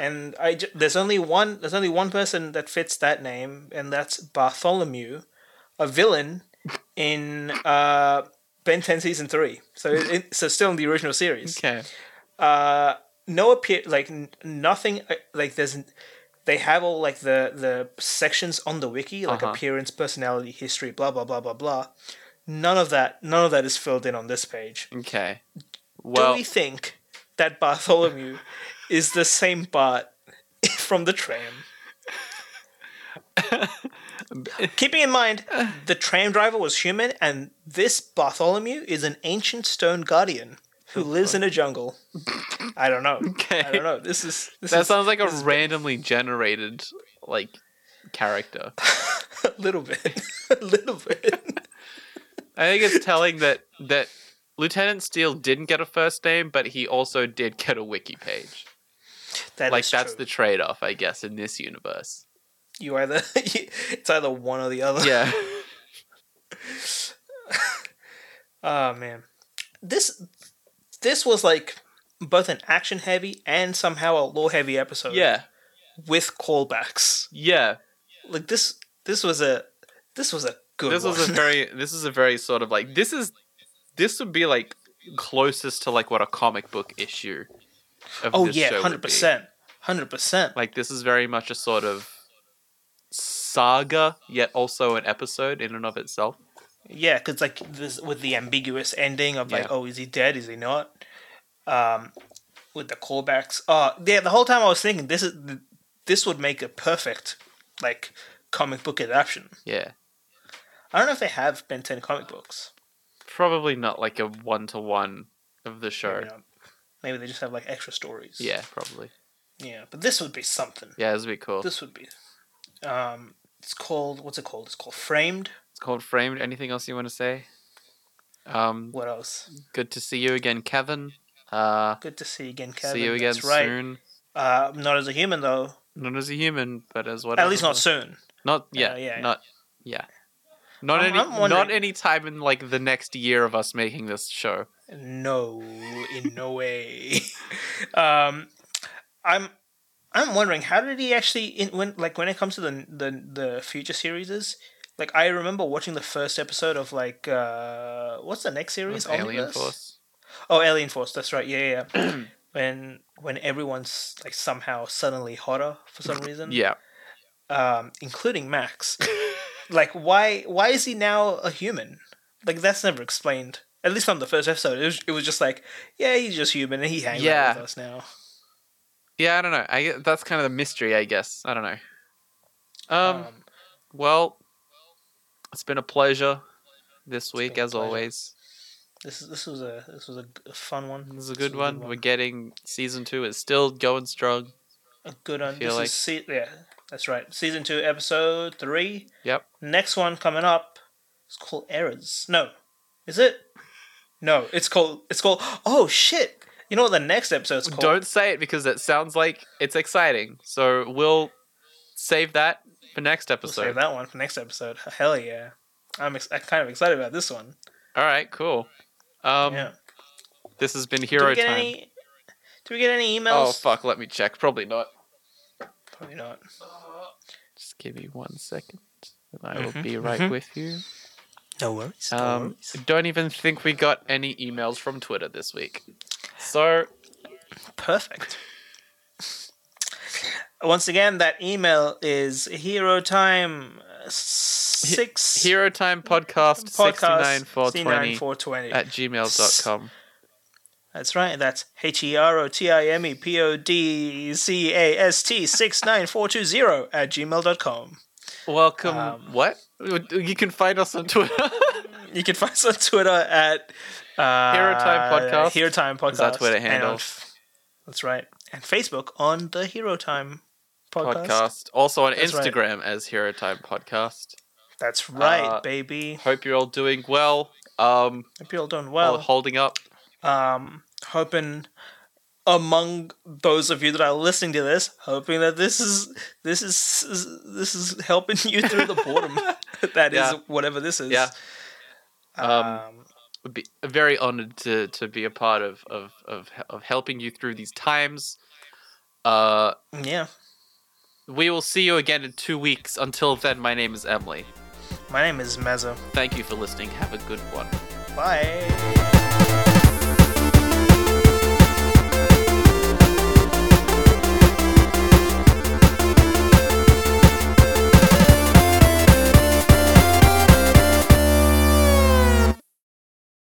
A: and I ju- there's only one there's only one person that fits that name, and that's Bartholomew, a villain in uh, Ben 10 season three. So it, it- so still in the original series.
B: Okay.
A: uh no appear like n- nothing uh, like there's n- they have all like the the sections on the wiki like
B: Uh-huh.
A: appearance personality history blah blah blah blah blah none of that none of that is filled in on this page
B: Okay. Well,
A: do we think that bartholomew is the same bart from the tram keeping in mind the tram driver was human and this bartholomew is an ancient stone guardian who lives in a jungle i don't know
B: Oh, okay.
A: I don't know. This is this
B: That
A: is
B: sounds like a randomly generated like character.
A: a little bit, a little bit.
B: I think it's telling that that Lieutenant Steele didn't get a first name, but he also did get a wiki page.
A: That
B: like
A: is
B: that's
A: true.
B: the trade-off, I guess, in this universe.
A: you either it's either one or the other.
B: Yeah.
A: Oh man, this this was like both an action heavy and somehow a lore heavy episode.
B: yeah.
A: with callbacks.
B: Yeah.
A: Like this, this was a this was a good.
B: This
A: one.
B: was a very this is a very sort of like this is this would be like closest to like what a comic book issue of
A: oh
B: this show
A: yeah,
B: would
A: hundred
B: be.
A: percent, hundred percent.
B: Like this is very much a sort of saga yet also an episode in and of itself.
A: Yeah, because like this with the ambiguous ending of like,
B: Yeah.
A: oh, is he dead? Is he not? Um, with the callbacks. Uh yeah. The whole time I was thinking this is this would make a perfect like comic book adaptation.
B: Yeah.
A: I don't know if they have Ben Ten comic books.
B: Probably not like a one to one of the show.
A: Maybe, not. Maybe they just have like extra stories.
B: Yeah, probably.
A: Yeah, but this would be something.
B: Yeah, this would be cool.
A: This would be. Um, it's called what's it called? It's called Framed.
B: It's called Framed. Anything else you want to say? Um,
A: What else?
B: good to see you again, Kevin. Uh,
A: Good to see you again, Kevin.
B: see you again
A: That's right.
B: soon.
A: Uh, not as a human though.
B: Not as a human, but as what?
A: At least not soon.
B: Not yeah,
A: yeah.
B: not yeah. Not
A: I'm-
B: any,
A: I'm wondering-
B: not any time in like the next year of us making this show.
A: No, in no way. um, I'm I'm wondering how did he actually in, when like when it comes to the the the future series like I remember watching the first episode of like uh what's the next series?
B: With Alien
A: Omniverse?
B: Force.
A: Oh, Alien Force. That's right. Yeah, yeah. yeah. when when everyone's like somehow suddenly hotter for some reason.
B: Yeah,
A: Um, including Max. like why why is he now a human? Like that's never explained. At least on the first episode, it was, it was just like, yeah, he's just human and he hangs
B: Yeah.
A: out with us now.
B: yeah. I don't know. I gue- that's kind of the mystery, I guess. I don't know. Um.
A: Um,
B: well, it's been a pleasure this week,
A: been a
B: as
A: pleasure.
B: always.
A: this this was a this was a g- fun one.
B: This is a good one. We're getting season two is still going strong.
A: A good one.
B: feel
A: This
B: like-
A: is se- yeah, that's right. Season two, episode three.
B: Yep.
A: Next one coming up. It's called Errors. No, is it? No, it's called it's called. Oh shit! You know what the next episode's called?
B: Don't say it because it sounds like it's exciting. So we'll save that for next
A: We'll
B: episode.
A: save that one for next episode. Hell yeah! I'm ex- I'm kind of excited about this one.
B: All right, cool. Um,
A: yeah.
B: this has been
A: Do
B: Hero
A: we get
B: Time.
A: any? Do we get any emails?
B: Oh fuck! Let me check. Probably not.
A: Probably not.
B: Just give me one second, and I will
A: Mhm,
B: be right
A: mhm.
B: with you.
A: No worries. No
B: Um,
A: worries.
B: don't even think we got any emails from Twitter this week. So
A: Perfect. Once again, that email is hero time six
B: Hero Time Podcast sixty nine four twenty
A: 69420.
B: at gmail.com.
A: That's right. That's H E R O T I M E P O D C A S T 69420 at gmail.com.
B: Welcome.
A: Um,
B: what? You can find us on Twitter.
A: you can find us on Twitter at uh,
B: Hero Time Podcast.
A: Hero Time Podcast.
B: Is our Twitter
A: and on
B: handle.
A: f- that's right. And Facebook on the Hero Time Podcast.
B: podcast. Also on
A: That's right.
B: Instagram as Hero Time Podcast.
A: That's right,
B: Uh,
A: baby.
B: Hope you're all doing well. Um,
A: Hope you're all doing
B: all
A: well.
B: holding up.
A: um, hoping among those of you that are listening to this, hoping that this is this is this is helping you through the boredom that is
B: Yeah.
A: whatever this is.
B: Yeah.
A: Um,
B: Um, Would Be very honored to to be a part of of of, of helping you through these times. Uh,
A: yeah.
B: we will see you again in two weeks. Until then, my name is Emily.
A: My name is Mezzo.
B: Thank you for listening. Have a good one.
A: Bye.